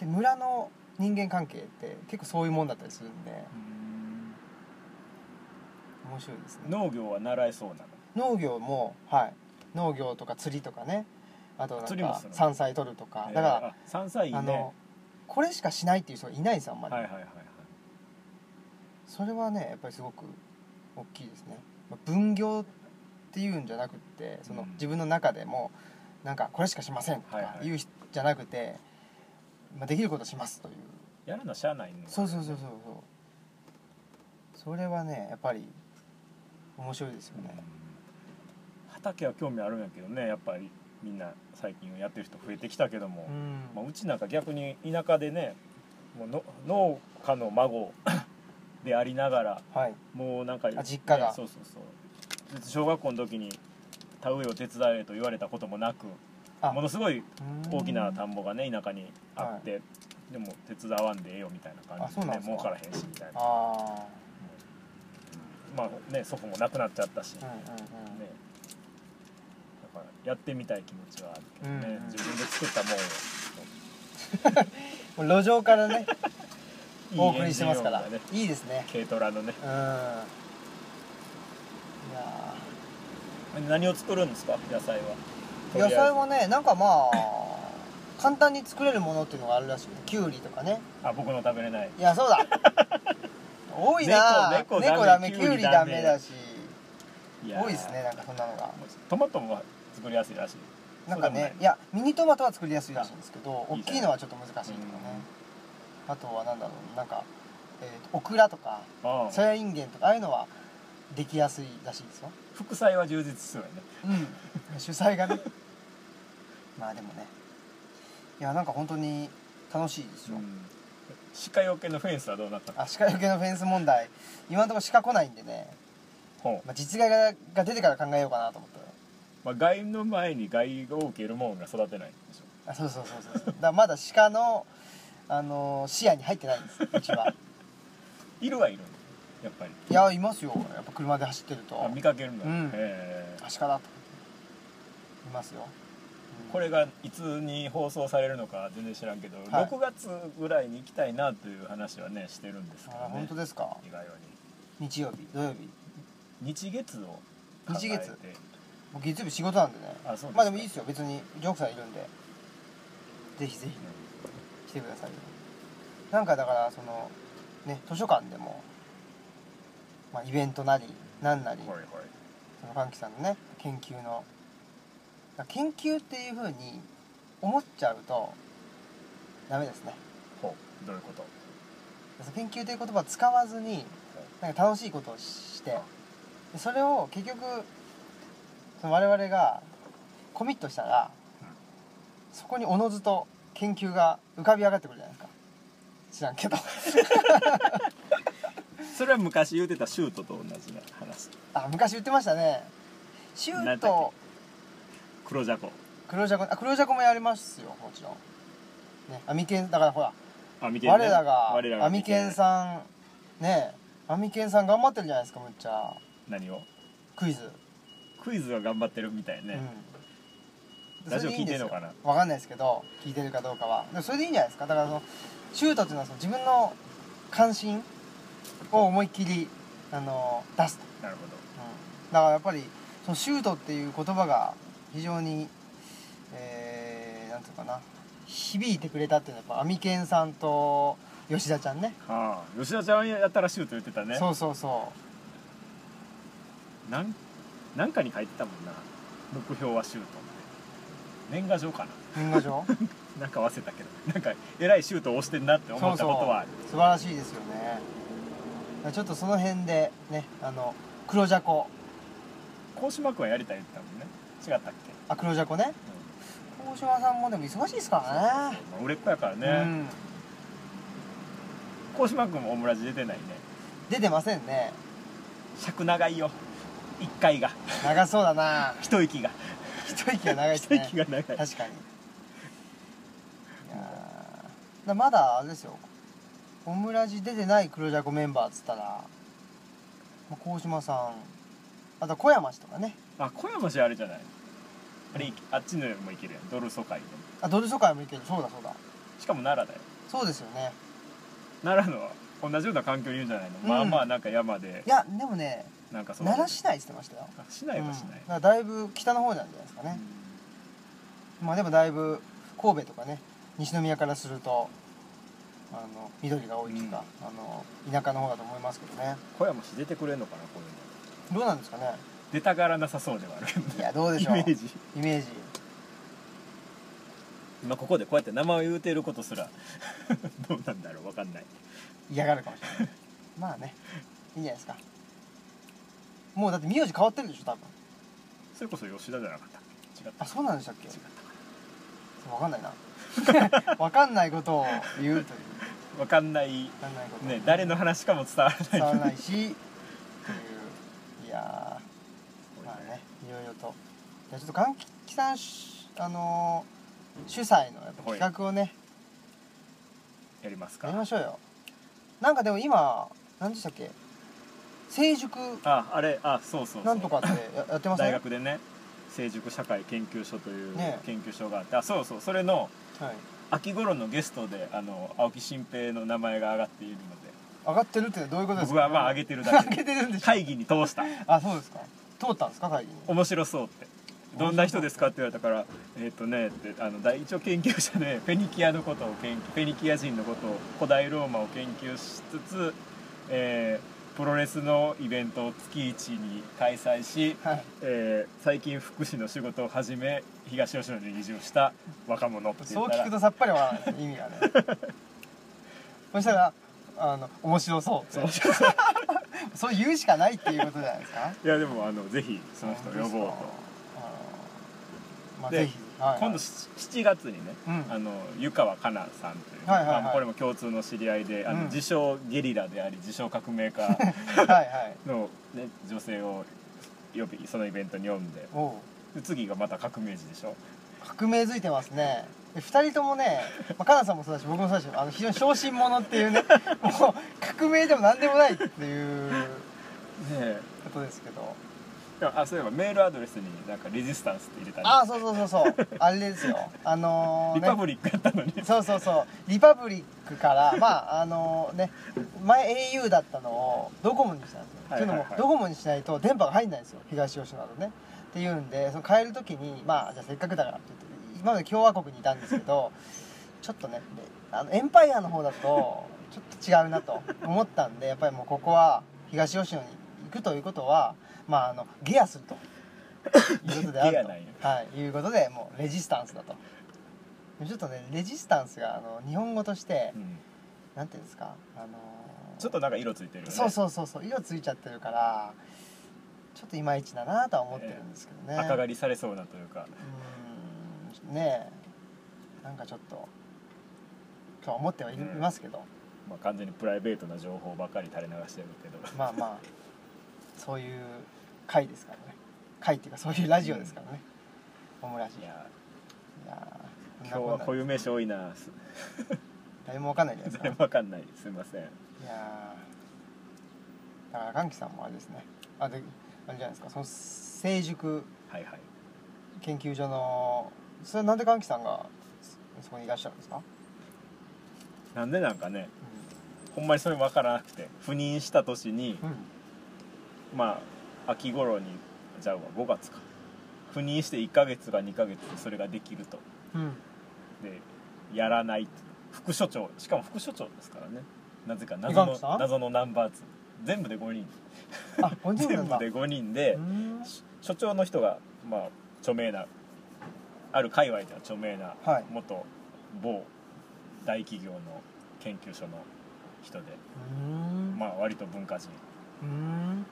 [SPEAKER 1] で村の人間関係って結構そういうもんだったりするんで面白いですね
[SPEAKER 2] 農業は習えそうなの
[SPEAKER 1] 農業もはい農業とか釣りとかねあとなん
[SPEAKER 2] 釣りも
[SPEAKER 1] か
[SPEAKER 2] するの
[SPEAKER 1] 山菜取るとか
[SPEAKER 2] えー
[SPEAKER 1] だから、
[SPEAKER 2] あ山菜いいね
[SPEAKER 1] あのこれしかしないっていう人がいないんですよあんまり、
[SPEAKER 2] はいはいはいはい
[SPEAKER 1] それはねやっぱりすごく大きいですね、まあ分業っていうんじゃなくってその、
[SPEAKER 2] うん
[SPEAKER 1] 自分の中でもなんかこれしかしませんと
[SPEAKER 2] はい
[SPEAKER 1] か
[SPEAKER 2] はい
[SPEAKER 1] いう人じゃなくて、まあ、できることしますという
[SPEAKER 2] やるのはしゃあないの
[SPEAKER 1] そうそうそうそうそうそれはねやっぱり面白いですよ
[SPEAKER 2] うん
[SPEAKER 1] ね、
[SPEAKER 2] 畑は興味あるんやけどねやっぱりみんな最近やってる人増えてきたけども、
[SPEAKER 1] うん
[SPEAKER 2] まあ、うちなんか逆に田舎でねもうの農家の孫 でありながら
[SPEAKER 1] はい
[SPEAKER 2] もうなんか、
[SPEAKER 1] あ実家が
[SPEAKER 2] ねそうそうそう小学校の時に田植えを手伝えと言われたこともなく
[SPEAKER 1] あ
[SPEAKER 2] ものすごい大きな田
[SPEAKER 1] ん
[SPEAKER 2] んぼがね田舎にあって、でも手伝わんでええよみたいな感
[SPEAKER 1] あ
[SPEAKER 2] じ
[SPEAKER 1] そう
[SPEAKER 2] で,、
[SPEAKER 1] なん
[SPEAKER 2] ね、
[SPEAKER 1] ですか
[SPEAKER 2] 儲からへんしみたいな
[SPEAKER 1] あ
[SPEAKER 2] まあね祖父も亡くなっちゃったし、
[SPEAKER 1] あうんうんうん、
[SPEAKER 2] ねだからやってみたい気持ちはあるけどね、
[SPEAKER 1] うんうん
[SPEAKER 2] 自分で作ったもんを
[SPEAKER 1] もう路上からね
[SPEAKER 2] いい
[SPEAKER 1] お送りしてますから
[SPEAKER 2] エンジン音がね
[SPEAKER 1] いいですね
[SPEAKER 2] 軽トラのね
[SPEAKER 1] うんいやー
[SPEAKER 2] 何を作るんですか野菜はとりあ
[SPEAKER 1] 野
[SPEAKER 2] えず
[SPEAKER 1] 菜はねなんかまあ簡単に作れるものっていうのがあるらしいねきゅうりとかね
[SPEAKER 2] あ僕の食べれない
[SPEAKER 1] いやそう だ多いな
[SPEAKER 2] 猫猫ダ
[SPEAKER 1] ダ
[SPEAKER 2] メ
[SPEAKER 1] メ
[SPEAKER 2] き
[SPEAKER 1] き
[SPEAKER 2] ゅ
[SPEAKER 1] ゅ
[SPEAKER 2] う
[SPEAKER 1] う
[SPEAKER 2] り
[SPEAKER 1] り
[SPEAKER 2] ダ
[SPEAKER 1] ダ
[SPEAKER 2] メ
[SPEAKER 1] メだし
[SPEAKER 2] いやー
[SPEAKER 1] 多いですねなんかそんなのが
[SPEAKER 2] トマトも作りやすいらしい
[SPEAKER 1] なんか
[SPEAKER 2] そうでもない
[SPEAKER 1] ねいやミニトマトは作りやすいらしいんですけど
[SPEAKER 2] い
[SPEAKER 1] 大
[SPEAKER 2] いじゃん
[SPEAKER 1] きいのはちょっと難しいとかねあとはなんだろうなんか、えーとオクラとか
[SPEAKER 2] ああ
[SPEAKER 1] さやいんげんとかああいうのはできやすいらしいですよ
[SPEAKER 2] 副菜は充実するよね
[SPEAKER 1] うん主催がね まあでもねいやなんか本当に楽しいですよ、
[SPEAKER 2] 鹿よけのフェンスはどうなったの
[SPEAKER 1] あ鹿よけのフェンス問題今のところ鹿来ないんでね、
[SPEAKER 2] ほう
[SPEAKER 1] まあ、実害がが出てから考えようかなと思って
[SPEAKER 2] まあ、害の前に害を受けるもんが育てないんでしょ
[SPEAKER 1] あそうそうそうそうそうだからまだ鹿の、あのー視野に入ってないんですうちは
[SPEAKER 2] いるはいるのやっぱり
[SPEAKER 1] いやいますよやっぱ車で走ってると
[SPEAKER 2] あ見かけるんだ、
[SPEAKER 1] うん
[SPEAKER 2] へえ
[SPEAKER 1] あ鹿だといますよ、うん
[SPEAKER 2] これがいつに放送されるのか全然知らんけど、
[SPEAKER 1] はい
[SPEAKER 2] 6月ぐらいに行きたいなという話はねしてるんですけど、
[SPEAKER 1] あ
[SPEAKER 2] ね、
[SPEAKER 1] 本当ですか
[SPEAKER 2] 意外に
[SPEAKER 1] 日曜日土曜日
[SPEAKER 2] 日月を考えて
[SPEAKER 1] 日月僕月曜日仕事なんでね
[SPEAKER 2] あそうですか
[SPEAKER 1] まあでもいいですよ別にジョークさんいるんでぜひぜひ来てくださいよなんかだからそのね図書館でも、まあ、イベントなりなんなり
[SPEAKER 2] はいはい
[SPEAKER 1] そのファンキさんのね研究のだから研究っていうふうに思っちゃうとダメですね
[SPEAKER 2] ほうどういうこと
[SPEAKER 1] その研究という言葉を使わずになんか楽しいことをしてでそれを結局その我々がコミットしたら
[SPEAKER 2] うん
[SPEAKER 1] そこにおのずと研究が浮かび上がってくるじゃないですか知らん けど
[SPEAKER 2] それは昔言うてたシュートと同じな話
[SPEAKER 1] あ昔言ってましたねシュ
[SPEAKER 2] なん
[SPEAKER 1] ー
[SPEAKER 2] だっ
[SPEAKER 1] ト
[SPEAKER 2] 黒じゃこ
[SPEAKER 1] 黒ジャコあ黒ジャコもやりますよもちろんねアミケンだからほら
[SPEAKER 2] あ見て
[SPEAKER 1] 我らが
[SPEAKER 2] 我らが
[SPEAKER 1] アミケンさんねアミケンさん頑張ってるじゃないですかむっちゃ
[SPEAKER 2] 何を
[SPEAKER 1] クイズ、
[SPEAKER 2] クイズは頑張ってるみたいね、
[SPEAKER 1] うん
[SPEAKER 2] ラジオ聞いてんのかな
[SPEAKER 1] わかんないですけど聞いてるかどうかはでもそれでいいんじゃないですかだからそのシュートっていうのはその自分の関心を思いっきりあの出すと、
[SPEAKER 2] なるほど
[SPEAKER 1] うんだからやっぱりそのシュートっていう言葉が非常にえー、なんていうのかな響いてくれたっていうのはやっぱアミケンさんと吉田ちゃんね
[SPEAKER 2] はあ吉田ちゃんやったらシュート言ってたね
[SPEAKER 1] そうそうそ
[SPEAKER 2] なんなんかに書いてたもんな目標はシュート年賀状かな
[SPEAKER 1] う年賀状
[SPEAKER 2] なんか忘れたけど なんかえらいシュートを押してんなって思ったことはある
[SPEAKER 1] 素晴らしいですよねだからちょっとその辺でねあの黒じゃこ
[SPEAKER 2] 高島君はやりたいって言ってたもんね違ったっけ、
[SPEAKER 1] あ黒じゃこね大島さんもでも忙しいですからね
[SPEAKER 2] まあ、売れっ子やからね、高島君もオムラジ出てないね
[SPEAKER 1] うん、出てませんね
[SPEAKER 2] 尺長いよ一回が
[SPEAKER 1] 長そうだな
[SPEAKER 2] 一息が
[SPEAKER 1] 一息が長いです
[SPEAKER 2] 一
[SPEAKER 1] ね
[SPEAKER 2] 息が長
[SPEAKER 1] 確
[SPEAKER 2] い
[SPEAKER 1] かにいやーだまだあれですよオムラジ出てない黒じゃこメンバーっつったらまあ鴻島さんあとは小山氏とかね
[SPEAKER 2] あ小山市あれじゃないあれあっちのも行けるやんドルソ会で
[SPEAKER 1] あドルソ会もいけるそうだそうだ
[SPEAKER 2] しかも奈良だよ
[SPEAKER 1] そうですよね
[SPEAKER 2] 奈良のは同じような環境にいるんじゃないの、
[SPEAKER 1] うん
[SPEAKER 2] まあまあなんか山で
[SPEAKER 1] いやでもね
[SPEAKER 2] なんかその
[SPEAKER 1] 奈良市内って言ってましたよ
[SPEAKER 2] あ市内はしな
[SPEAKER 1] うん、だ、
[SPEAKER 2] い
[SPEAKER 1] からだいぶ北の方なんじゃないですかね、まあでもだいぶ神戸とかね西宮からするとあの緑が多いというか、あの田舎の方だと思いますけどね
[SPEAKER 2] 小山市出てくれんのかなこういうの
[SPEAKER 1] どうなんですかね
[SPEAKER 2] 出たがらなさそうではあるけどね
[SPEAKER 1] いやどうで
[SPEAKER 2] イ
[SPEAKER 1] しょう
[SPEAKER 2] メージ
[SPEAKER 1] イメージ
[SPEAKER 2] 今ここでこうやって名前を言うてることすら どうなんだろうわかんない
[SPEAKER 1] 嫌がるかもしれないまあねいいんじゃないですかもうだって名字変わってるでしょ多分
[SPEAKER 2] それこそ吉田じゃなかったっけ違った
[SPEAKER 1] あそうなんでしたっけ
[SPEAKER 2] 違った
[SPEAKER 1] わかんないなわかんない ことを言うという
[SPEAKER 2] わかんない
[SPEAKER 1] わかんないことを
[SPEAKER 2] ね誰の話かも伝わら
[SPEAKER 1] 伝
[SPEAKER 2] ない
[SPEAKER 1] わらないしっていういやーまあねいろいろとじゃあちょっと元木さんしあのー主催のやっぱ企画をね
[SPEAKER 2] やりますか
[SPEAKER 1] やりましょうよなんかでも今何でしたっけ成熟
[SPEAKER 2] ああれあそうそうそう
[SPEAKER 1] なんとかってややってません
[SPEAKER 2] 大学でね成熟社会研究所という
[SPEAKER 1] ね
[SPEAKER 2] 研究所があって、あそうそうそれの
[SPEAKER 1] はい、
[SPEAKER 2] 秋頃のゲストであの青木新平の名前が上がっているので
[SPEAKER 1] 上がってるってどういうことですか
[SPEAKER 2] 僕はまあ上げてるだけ
[SPEAKER 1] 上げてるんでしょ
[SPEAKER 2] 会議に通した
[SPEAKER 1] あそうですか通ったんですか会議に
[SPEAKER 2] 面白そうってどんな人ですかって言われたから「えっ、とね」ってあの第一応研究者で フェニキアのことを研究フェニキア人のことを古代ローマを研究しつつ、えープロレスのイベントを月1に開催し、
[SPEAKER 1] はい
[SPEAKER 2] えー最近福祉の仕事を始め東吉野に移住した若者って
[SPEAKER 1] そ
[SPEAKER 2] 言っ
[SPEAKER 1] う
[SPEAKER 2] た
[SPEAKER 1] 聞
[SPEAKER 2] ら
[SPEAKER 1] くとさっぱりわからない意味が ねそしたらあの面白そう
[SPEAKER 2] そう
[SPEAKER 1] そう言うしかないっていうことじゃないですか
[SPEAKER 2] いやでもあのぜひその人を呼ぼ
[SPEAKER 1] あ
[SPEAKER 2] うと。
[SPEAKER 1] のまあ
[SPEAKER 2] で
[SPEAKER 1] ぜひ、はい、
[SPEAKER 2] 今度し7月にね、
[SPEAKER 1] うん
[SPEAKER 2] あの湯川かなさんという、
[SPEAKER 1] はいはいはい
[SPEAKER 2] まあこれも共通の知り合いであの、
[SPEAKER 1] うん
[SPEAKER 2] 自称ゲリラであり自称革命家
[SPEAKER 1] はいはい
[SPEAKER 2] の、 ね、女性を呼びそのイベントに呼んで
[SPEAKER 1] おう
[SPEAKER 2] で次がまた革命児でしょ
[SPEAKER 1] 革命づいてますねで二人ともね、まあ、カナさんもそうだし僕もそうだしあの非常に小心者っていうねもう革命でも何でもないっていう
[SPEAKER 2] ねえ
[SPEAKER 1] ことですけど
[SPEAKER 2] でもあそういえばメールアドレスになんかレジスタンスって入れたり
[SPEAKER 1] ああそうそうそうそうあれですよあのー
[SPEAKER 2] リパブリックやっ たのに
[SPEAKER 1] そうそうそうリパブリックからまああのね前 au だったのをドコモにしたんですよ、
[SPEAKER 2] はいはいはい
[SPEAKER 1] というのもドコモにしないと電波が入んないんですよ東吉野だとねっていうんでその変える時にまあじゃあせっかくだからって言って今まで共和国にいたんですけどちょっとねあのエンパイアの方だとちょっと違うなと思ったんでやっぱりもうここは東吉野に行くということはまああのゲアするということである
[SPEAKER 2] ゲア
[SPEAKER 1] と
[SPEAKER 2] なんや
[SPEAKER 1] はい、いうことでもうレジスタンスだとちょっとねレジスタンスがあの日本語として、
[SPEAKER 2] うん
[SPEAKER 1] なんていうんですかあのー
[SPEAKER 2] ちょっとなんか色ついてるよね
[SPEAKER 1] そうそうそうそう色ついちゃってるからちょっといまいちだなとは思ってるんですけどね、
[SPEAKER 2] 赤狩りされそうなというか
[SPEAKER 1] うーんねえなんかちょっととは思ってはいる
[SPEAKER 2] うん
[SPEAKER 1] いますけど、
[SPEAKER 2] まあ、完全にプライベートな情報ばかり垂れ流してるけど
[SPEAKER 1] まあまあそういう回ですからね回っていうかそういうラジオですからね、オムラジ
[SPEAKER 2] い
[SPEAKER 1] いや
[SPEAKER 2] や
[SPEAKER 1] ー
[SPEAKER 2] 今日
[SPEAKER 1] こんな
[SPEAKER 2] は固
[SPEAKER 1] こんな
[SPEAKER 2] 有名詞多いなす
[SPEAKER 1] 誰もわかんないじゃないです
[SPEAKER 2] 全
[SPEAKER 1] か
[SPEAKER 2] 然わかんないすいません
[SPEAKER 1] いやーだから元木さんもあれですねあであれじゃないですかその成熟
[SPEAKER 2] はいはい
[SPEAKER 1] 研究所のそれなんで元木さんがそそこにいらっしゃるんですか、
[SPEAKER 2] なんでなんかねほんまにそれ分からなくて赴任した年に
[SPEAKER 1] うん
[SPEAKER 2] まあ秋頃にじゃあ5月か赴任して1ヶ月か2ヶ月でそれができると
[SPEAKER 1] うん
[SPEAKER 2] でやらない副所長しかも副所長ですからねなぜか謎
[SPEAKER 1] いかんさ
[SPEAKER 2] の
[SPEAKER 1] ん
[SPEAKER 2] 謎のナンバー2全部で5人
[SPEAKER 1] あご
[SPEAKER 2] 全
[SPEAKER 1] 存知なんだ
[SPEAKER 2] 部で5人で
[SPEAKER 1] うーん
[SPEAKER 2] し所長の人がまあ著名なある界隈では著名な
[SPEAKER 1] はい
[SPEAKER 2] 元某大企業の研究所の人でまあ割と文化人
[SPEAKER 1] うーん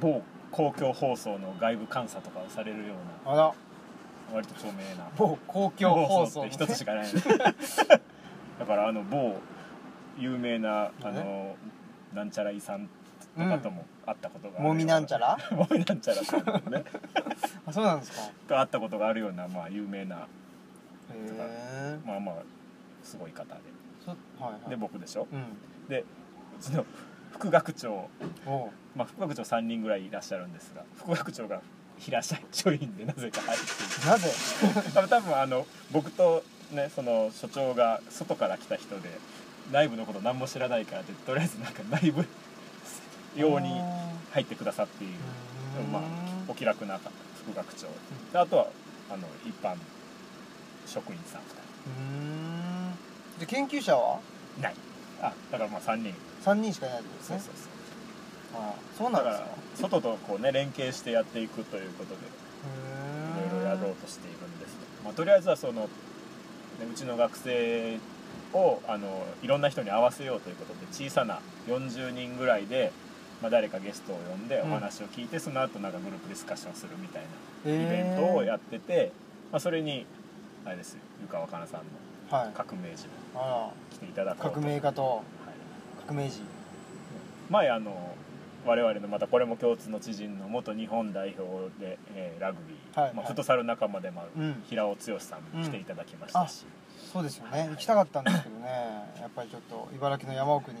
[SPEAKER 2] 某公共放送の外部監査とかをされるよう
[SPEAKER 1] あら
[SPEAKER 2] な割と著名な
[SPEAKER 1] 某公共放送の
[SPEAKER 2] っ
[SPEAKER 1] ね
[SPEAKER 2] て一つしかないだからあの某有名なあのなんちゃら遺産とかとも会ったことがあるよう
[SPEAKER 1] もみなんちゃら
[SPEAKER 2] もみなんちゃらさんとね
[SPEAKER 1] あそうなんですかへ
[SPEAKER 2] と会ったことがあるようなまあ有名な
[SPEAKER 1] え
[SPEAKER 2] まあまあすごい方で
[SPEAKER 1] はいはい
[SPEAKER 2] で僕でしょ
[SPEAKER 1] うん
[SPEAKER 2] でうちの副学長
[SPEAKER 1] おう
[SPEAKER 2] まあ副学長3人ぐらいいらっしゃるんですが副学長が平社長員でなぜか入っていて
[SPEAKER 1] なぜ
[SPEAKER 2] 多分多分あの僕とねその所長が外から来た人で内部のこと何も知らないからってとりあえずなんか内部用に
[SPEAKER 1] あ
[SPEAKER 2] 入ってくださっている
[SPEAKER 1] ー
[SPEAKER 2] でもまあ
[SPEAKER 1] うん
[SPEAKER 2] お気楽な副学長であとはあの一般職員さん2
[SPEAKER 1] うんで研究者は
[SPEAKER 2] 人いないあだからまあ3人
[SPEAKER 1] 3人しかいないってことです
[SPEAKER 2] そ
[SPEAKER 1] ね
[SPEAKER 2] うそうそう
[SPEAKER 1] あーそうな
[SPEAKER 2] だ
[SPEAKER 1] ん
[SPEAKER 2] か
[SPEAKER 1] です
[SPEAKER 2] ら
[SPEAKER 1] か
[SPEAKER 2] 外とこうね連携してやっていくということでいろいろやろう
[SPEAKER 1] と
[SPEAKER 2] としているんですけど、まあ、とりあえずはその、ね、うちの学生をあのいろんな人に会わせようということで小さな40人ぐらいで、まあ、誰かゲストを呼んで
[SPEAKER 1] うん
[SPEAKER 2] お話を聞いて、その後なんかグループディスカッションするみたいなイ
[SPEAKER 1] イ
[SPEAKER 2] ベントをや
[SPEAKER 1] っ
[SPEAKER 2] ってて、まあ、それにあれですよ湯川かなさんの
[SPEAKER 1] はい
[SPEAKER 2] 革命児も
[SPEAKER 1] あ
[SPEAKER 2] 来ていただ
[SPEAKER 1] ら
[SPEAKER 2] こうと
[SPEAKER 1] 革命家と
[SPEAKER 2] はい
[SPEAKER 1] 革命児
[SPEAKER 2] 前あの我々のまたこれも共通の知人の元日本代表で、えーラグビー、
[SPEAKER 1] はい
[SPEAKER 2] ま
[SPEAKER 1] は
[SPEAKER 2] あ、
[SPEAKER 1] い
[SPEAKER 2] フットサル仲間でもある
[SPEAKER 1] うん
[SPEAKER 2] 平尾剛さんに来ていただきましたし、
[SPEAKER 1] そうですよね行きたかったんですけどねやっぱりちょっと茨城の山奥に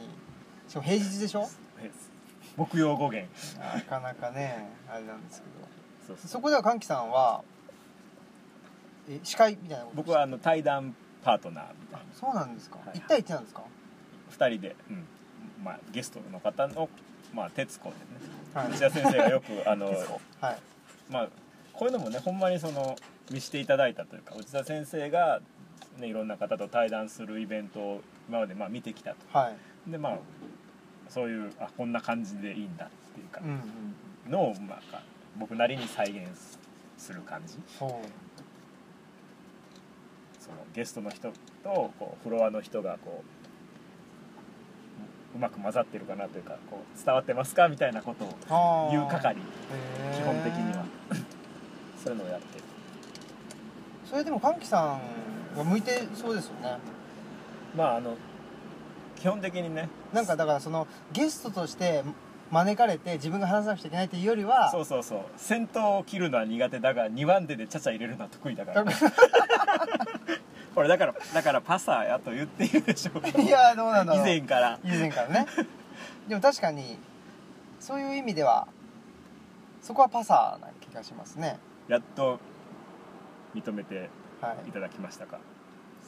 [SPEAKER 1] しかも平日でしょ
[SPEAKER 2] えー木曜語源
[SPEAKER 1] なかなかねあれなんですけど
[SPEAKER 2] そうそう
[SPEAKER 1] そこではかんきさんはえ司会みたいなこと
[SPEAKER 2] 僕はあの対談パートナーみたいな
[SPEAKER 1] そうなんですか、
[SPEAKER 2] はい
[SPEAKER 1] 一対一なんですか
[SPEAKER 2] 2人で、うんまあ、ゲストの方の、まあ、徹子で
[SPEAKER 1] はい
[SPEAKER 2] ね内田先生がよ くあの、
[SPEAKER 1] はい
[SPEAKER 2] まあ、こういうのもねほんまにその見していただいたというか内田先生が、ね、いろんな方と対談するイベントを今までまあ見てきたと。
[SPEAKER 1] はい
[SPEAKER 2] でまあそういうあこんな感じでいいんだっていうか
[SPEAKER 1] うんうん
[SPEAKER 2] のをまあ僕なりに再現すする感じ
[SPEAKER 1] そう
[SPEAKER 2] そのゲストの人とこうフロアの人がこううまく混ざってるかなというかこう伝わってますかみたいなことを
[SPEAKER 1] あー
[SPEAKER 2] 言う係
[SPEAKER 1] へー
[SPEAKER 2] 基本的には そういうのをやってる
[SPEAKER 1] それでもかんきさんが向いてそうですよね
[SPEAKER 2] まああの基本的にね
[SPEAKER 1] なんかだからそのゲストとして招かれて自分が話さなくちゃいけないっていうよりは
[SPEAKER 2] そうそうそう先頭を切るのは苦手だが2番手でちゃちゃ入れるのは得意 だから、ね、これだからだからパサーやと言っているでしょうか
[SPEAKER 1] いやどうなんだ
[SPEAKER 2] 以
[SPEAKER 1] ろう
[SPEAKER 2] 前から
[SPEAKER 1] 以前からねでも確かにそういう意味ではそこはパサーな気がしますね
[SPEAKER 2] やっと認めて
[SPEAKER 1] はい
[SPEAKER 2] いただきましたか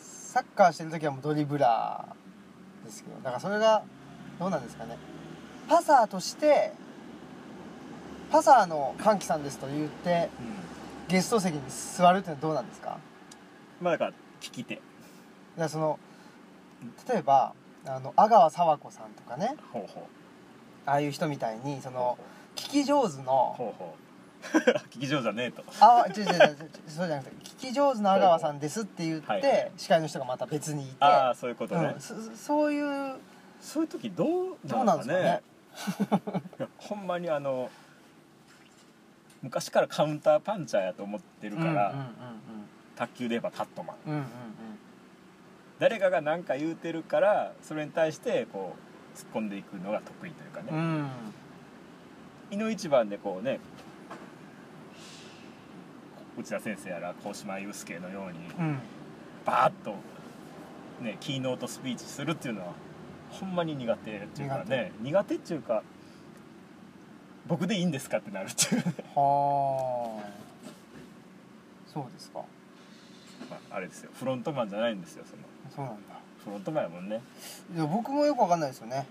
[SPEAKER 1] サッカーしてる時はもうドリブラーですけどだからそれがどうなんですかねパサーとしてパサーの歓喜さんですと言ってゲスト席に座るってのはどうなんですか
[SPEAKER 2] まあだから聞き手
[SPEAKER 1] いやその例えばあの阿川佐和子さんとかね
[SPEAKER 2] ほうほ
[SPEAKER 1] ああいう人みたいにそうの聞き上手の
[SPEAKER 2] ほうほう 聞き上手じゃねえと
[SPEAKER 1] あわ違う違う違う違うそうじゃなくて聞き上手の阿川さんですって言って、
[SPEAKER 2] はいはい
[SPEAKER 1] 司会の人がまた別にいて、
[SPEAKER 2] ああそういうことね、
[SPEAKER 1] うん、そそういう
[SPEAKER 2] そういう時どう
[SPEAKER 1] どう
[SPEAKER 2] な
[SPEAKER 1] なん
[SPEAKER 2] ん
[SPEAKER 1] で
[SPEAKER 2] ですす
[SPEAKER 1] か
[SPEAKER 2] か
[SPEAKER 1] ね
[SPEAKER 2] ね いやほんまにあの昔からカウンターパンチャーやと思ってるから、卓球で言えばカットマン
[SPEAKER 1] うんうんうんうんうんうん
[SPEAKER 2] 誰かが何か言うてるからそれに対してこう突っ込んでいくのが得意というかね、
[SPEAKER 1] うんうん
[SPEAKER 2] 井の一番でこうね内田先生やら鴻島祐介のように
[SPEAKER 1] うん
[SPEAKER 2] バーッと、ね、キーノートスピーチするっていうのはほんまに苦手っていうかね苦手っていうか僕でいいんですかってなるっていう、
[SPEAKER 1] はあそうですか
[SPEAKER 2] まあ、あれですよフロントマンじゃないんですよその
[SPEAKER 1] そうなんだ
[SPEAKER 2] フロントマンやもんね
[SPEAKER 1] いや僕もよくわかんないですよねだか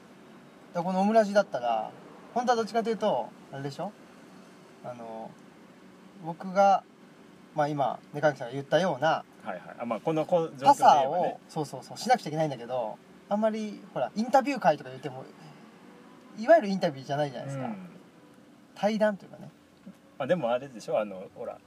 [SPEAKER 1] らこのオムラジだったら本当はどっちかというとあれでしょあの僕がまあ今根垣さんが言ったような
[SPEAKER 2] はいはいあまあこのこ状況
[SPEAKER 1] パ
[SPEAKER 2] で言
[SPEAKER 1] サ
[SPEAKER 2] え
[SPEAKER 1] ー
[SPEAKER 2] ば
[SPEAKER 1] を、
[SPEAKER 2] ね
[SPEAKER 1] そうそうそうしなくちゃいけないんだけどあんまりほらインタビュー会とか言ってもいわゆるインタビューじゃないじゃないですか、
[SPEAKER 2] うん
[SPEAKER 1] 対談というかね
[SPEAKER 2] まあ、でもあれでしょあのほら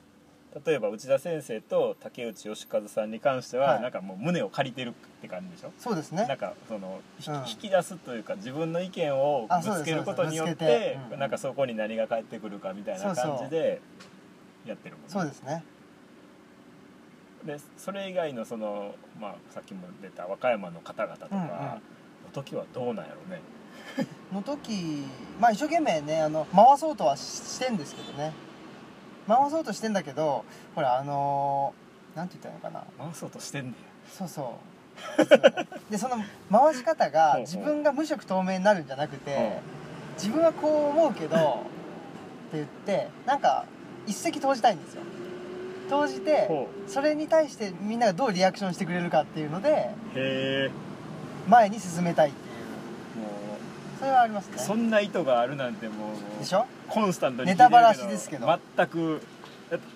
[SPEAKER 2] 例えば内田先生と竹内義和さんに関しては、
[SPEAKER 1] はい
[SPEAKER 2] なんかもう胸を借りてるって感じでしょ
[SPEAKER 1] そうです
[SPEAKER 2] な
[SPEAKER 1] ね
[SPEAKER 2] んかその、ひ
[SPEAKER 1] うん
[SPEAKER 2] 引き出すというか自分の意見を
[SPEAKER 1] あそうです
[SPEAKER 2] ぶつけることによっ
[SPEAKER 1] そうですぶつ
[SPEAKER 2] て
[SPEAKER 1] けてうん
[SPEAKER 2] なんかそこに何が返ってくるかみたいな感じでやってるもんね
[SPEAKER 1] そうですね
[SPEAKER 2] でそれ以外のその、まあ、さっきも出た和歌山の方々とか、
[SPEAKER 1] うんうん
[SPEAKER 2] の時はどうなんやろうね
[SPEAKER 1] の時まあ一生懸命ねあの回そうとはししてんですけどね回そうとしてんだけどほらあのーなんて言ったらいいのかな
[SPEAKER 2] 回そうとしてんね
[SPEAKER 1] そうそう 実はねでその回し方が
[SPEAKER 2] ほうほう
[SPEAKER 1] 自分が無色透明になるんじゃなくて
[SPEAKER 2] ほ
[SPEAKER 1] 自分はこう思うけどって言ってなんか一石投じたいんですよ投じ
[SPEAKER 2] や
[SPEAKER 1] て
[SPEAKER 2] ほ
[SPEAKER 1] それに対してみんながどうリアクションしてくれるかっていうので
[SPEAKER 2] うへえ
[SPEAKER 1] 前に進めたいっていうそれはありますね
[SPEAKER 2] そんな意図があるなんてもう
[SPEAKER 1] でしょ
[SPEAKER 2] コンスタントに
[SPEAKER 1] ネタバラシですけど
[SPEAKER 2] 全くやっぱ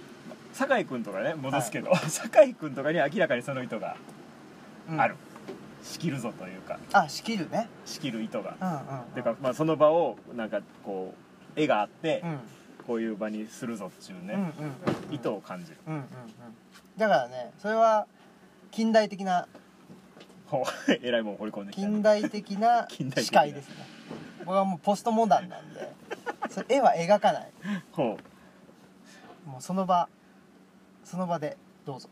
[SPEAKER 2] 酒井君とかね戻すけど、 酒井君とかには明らかにその意図が
[SPEAKER 1] うん
[SPEAKER 2] ある、仕切るぞというか
[SPEAKER 1] あ仕切るね
[SPEAKER 2] 仕切る意図が
[SPEAKER 1] うんうん
[SPEAKER 2] ていうか、まあ、その場をなんかこう絵があって、
[SPEAKER 1] うんうん
[SPEAKER 2] こういう場にするぞっていう
[SPEAKER 1] うんうん
[SPEAKER 2] ね、
[SPEAKER 1] うん
[SPEAKER 2] 意図を感じる
[SPEAKER 1] うんうんうんだからねそれは近代的な
[SPEAKER 2] ほう えらいもん掘り込んできたね
[SPEAKER 1] 近代的な
[SPEAKER 2] 近代的な
[SPEAKER 1] 視界ですね僕はもうポストモダンなんでそれ絵は描かない
[SPEAKER 2] ほう
[SPEAKER 1] もうその場その場でどうぞ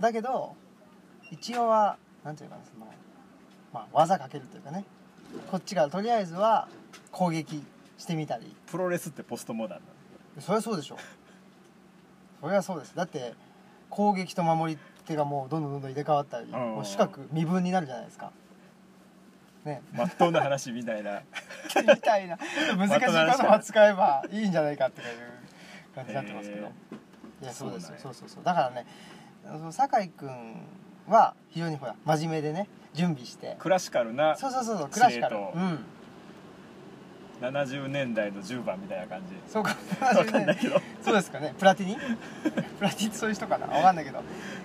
[SPEAKER 1] だけど一応はなんていうかなその、まあ、技かけるというかねこっちからとりあえずは攻撃してみたり
[SPEAKER 2] プロレスってポストモダンなの
[SPEAKER 1] そりゃそうでしょそりゃそうですだって攻撃と守り手がもうどんどんどんどん入れ替わったり、
[SPEAKER 2] ん
[SPEAKER 1] もう四角身分になるじゃないですか ね
[SPEAKER 2] まっとうな話みたいな
[SPEAKER 1] みたいな難しい言葉使えばいいんじゃないかっていう感じになってますけど
[SPEAKER 2] へ、
[SPEAKER 1] いやそうですよ
[SPEAKER 2] そ
[SPEAKER 1] そううそ
[SPEAKER 2] なんや
[SPEAKER 1] うそうだからねその酒井君は非常にほら真面目でね準備して
[SPEAKER 2] クラシカルな
[SPEAKER 1] そうそうそうそうクラシカル
[SPEAKER 2] 知恵と
[SPEAKER 1] うん
[SPEAKER 2] 70年代の10番みたいな感じ
[SPEAKER 1] そうか
[SPEAKER 2] わかんないけど
[SPEAKER 1] そうですかねプラティニ プラティニってそういう人かなわかんないけど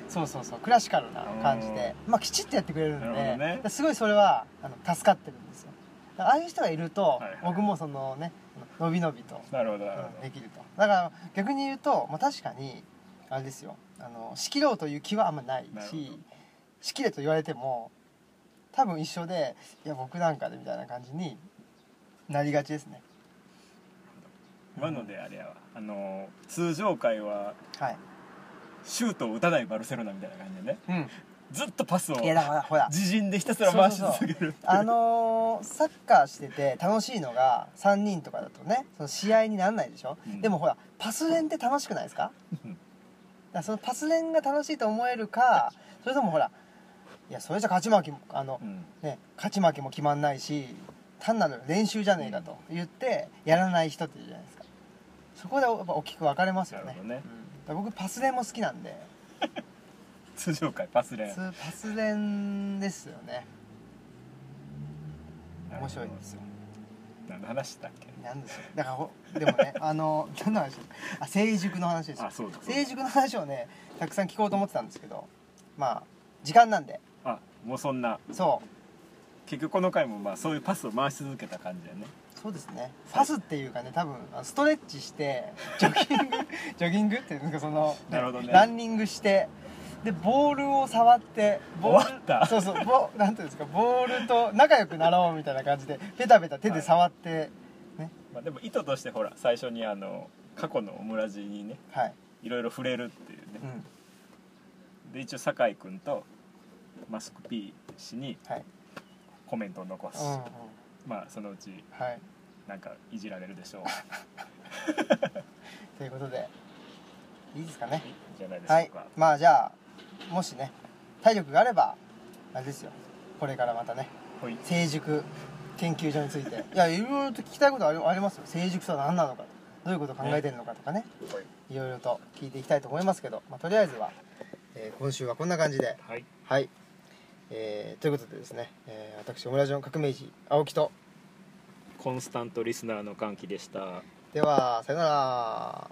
[SPEAKER 1] そうそうそうクラシカルな感じでまあきちっとやってくれるんで
[SPEAKER 2] なるほどね
[SPEAKER 1] だからすごいそれはあの助かってるんですよだからああいう人がいると、
[SPEAKER 2] いはい
[SPEAKER 1] 僕もそのねのびのびと、
[SPEAKER 2] なるほどなる
[SPEAKER 1] うんできるとだから逆に言うと、まあ、確かにあれですよあの仕切ろうという気はあんまない
[SPEAKER 2] なるほど
[SPEAKER 1] し仕切れと言われても多分一緒でいや僕なんかでみたいな感じになりがちですね
[SPEAKER 2] ほど今のであれやわあのー通常回は
[SPEAKER 1] はい、
[SPEAKER 2] シュートを打たないバルセロナみたいな感じでね
[SPEAKER 1] うん、
[SPEAKER 2] ずっとパスを
[SPEAKER 1] いやだからほら
[SPEAKER 2] 自陣でひたすら回し続けるっていう
[SPEAKER 1] あのーサッカーしてて楽しいのが3人とかだとねその試合にならないでしょ、
[SPEAKER 2] うん
[SPEAKER 1] でもほらパス練って楽しくないですか
[SPEAKER 2] うん
[SPEAKER 1] だからそのパス練が楽しいと思えるかそれともほらいやそれじゃ勝ち負けもあの、
[SPEAKER 2] うん
[SPEAKER 1] ね、勝ち負けも決まんないし単なる練習じゃねえかと言ってやらない人っているじゃないですかそこでやっぱ大きく分かれますよね
[SPEAKER 2] なるほどね
[SPEAKER 1] うんだから僕パス練も好きなんで
[SPEAKER 2] 通常回パスレ
[SPEAKER 1] 普
[SPEAKER 2] ン
[SPEAKER 1] 通パス練ですよね面白いんですよ
[SPEAKER 2] 何の話したっけ
[SPEAKER 1] なんですよだからほでもねあの何の話あ成熟の話ですよ
[SPEAKER 2] あそうだそうだ
[SPEAKER 1] 成熟の話をねたくさん聞こうと思ってたんですけどまあ時間なんで
[SPEAKER 2] あもうそんな
[SPEAKER 1] そう
[SPEAKER 2] 結局この回もまあそういうパスを回し続けた感じだよね
[SPEAKER 1] そうですねパスっていうかね多分あストレッチ してジョギングジョギングっていうんですかその、
[SPEAKER 2] なるほどね
[SPEAKER 1] ランニングしてでボールを触ってボール
[SPEAKER 2] 終わった
[SPEAKER 1] そうそうボなんていうんですかボールと仲良くなろうみたいな感じでペタペタ手で触ってね
[SPEAKER 2] まあでも意図としてほら最初にあの過去のオムラジにね
[SPEAKER 1] はい、
[SPEAKER 2] いろいろ触れるっていうね、
[SPEAKER 1] うん
[SPEAKER 2] で一応酒井君とマスク P 氏に
[SPEAKER 1] はい
[SPEAKER 2] コメントを残す、
[SPEAKER 1] うんうん
[SPEAKER 2] まあそのうち
[SPEAKER 1] はい
[SPEAKER 2] なんかいじられるでしょ う
[SPEAKER 1] ということでいいですかね
[SPEAKER 2] じゃないでし
[SPEAKER 1] は
[SPEAKER 2] ょう
[SPEAKER 1] い
[SPEAKER 2] か、
[SPEAKER 1] まあじゃあもしね体力があればあれですよこれからまたね
[SPEAKER 2] ほい
[SPEAKER 1] 成熟研究所についていやいろいろと聞きたいことありありますよ成熟とは何なのかどういうことを考えてるのかとかね
[SPEAKER 2] ほい
[SPEAKER 1] いろいろと聞いていきたいと思いますけど、まあ、とりあえずは、えー今週はこんな感じで
[SPEAKER 2] はい
[SPEAKER 1] はい、えーということでですね、えー私オムラジオの革命児青木と
[SPEAKER 2] コンスタントリスナーの歓喜でした
[SPEAKER 1] ではさよなら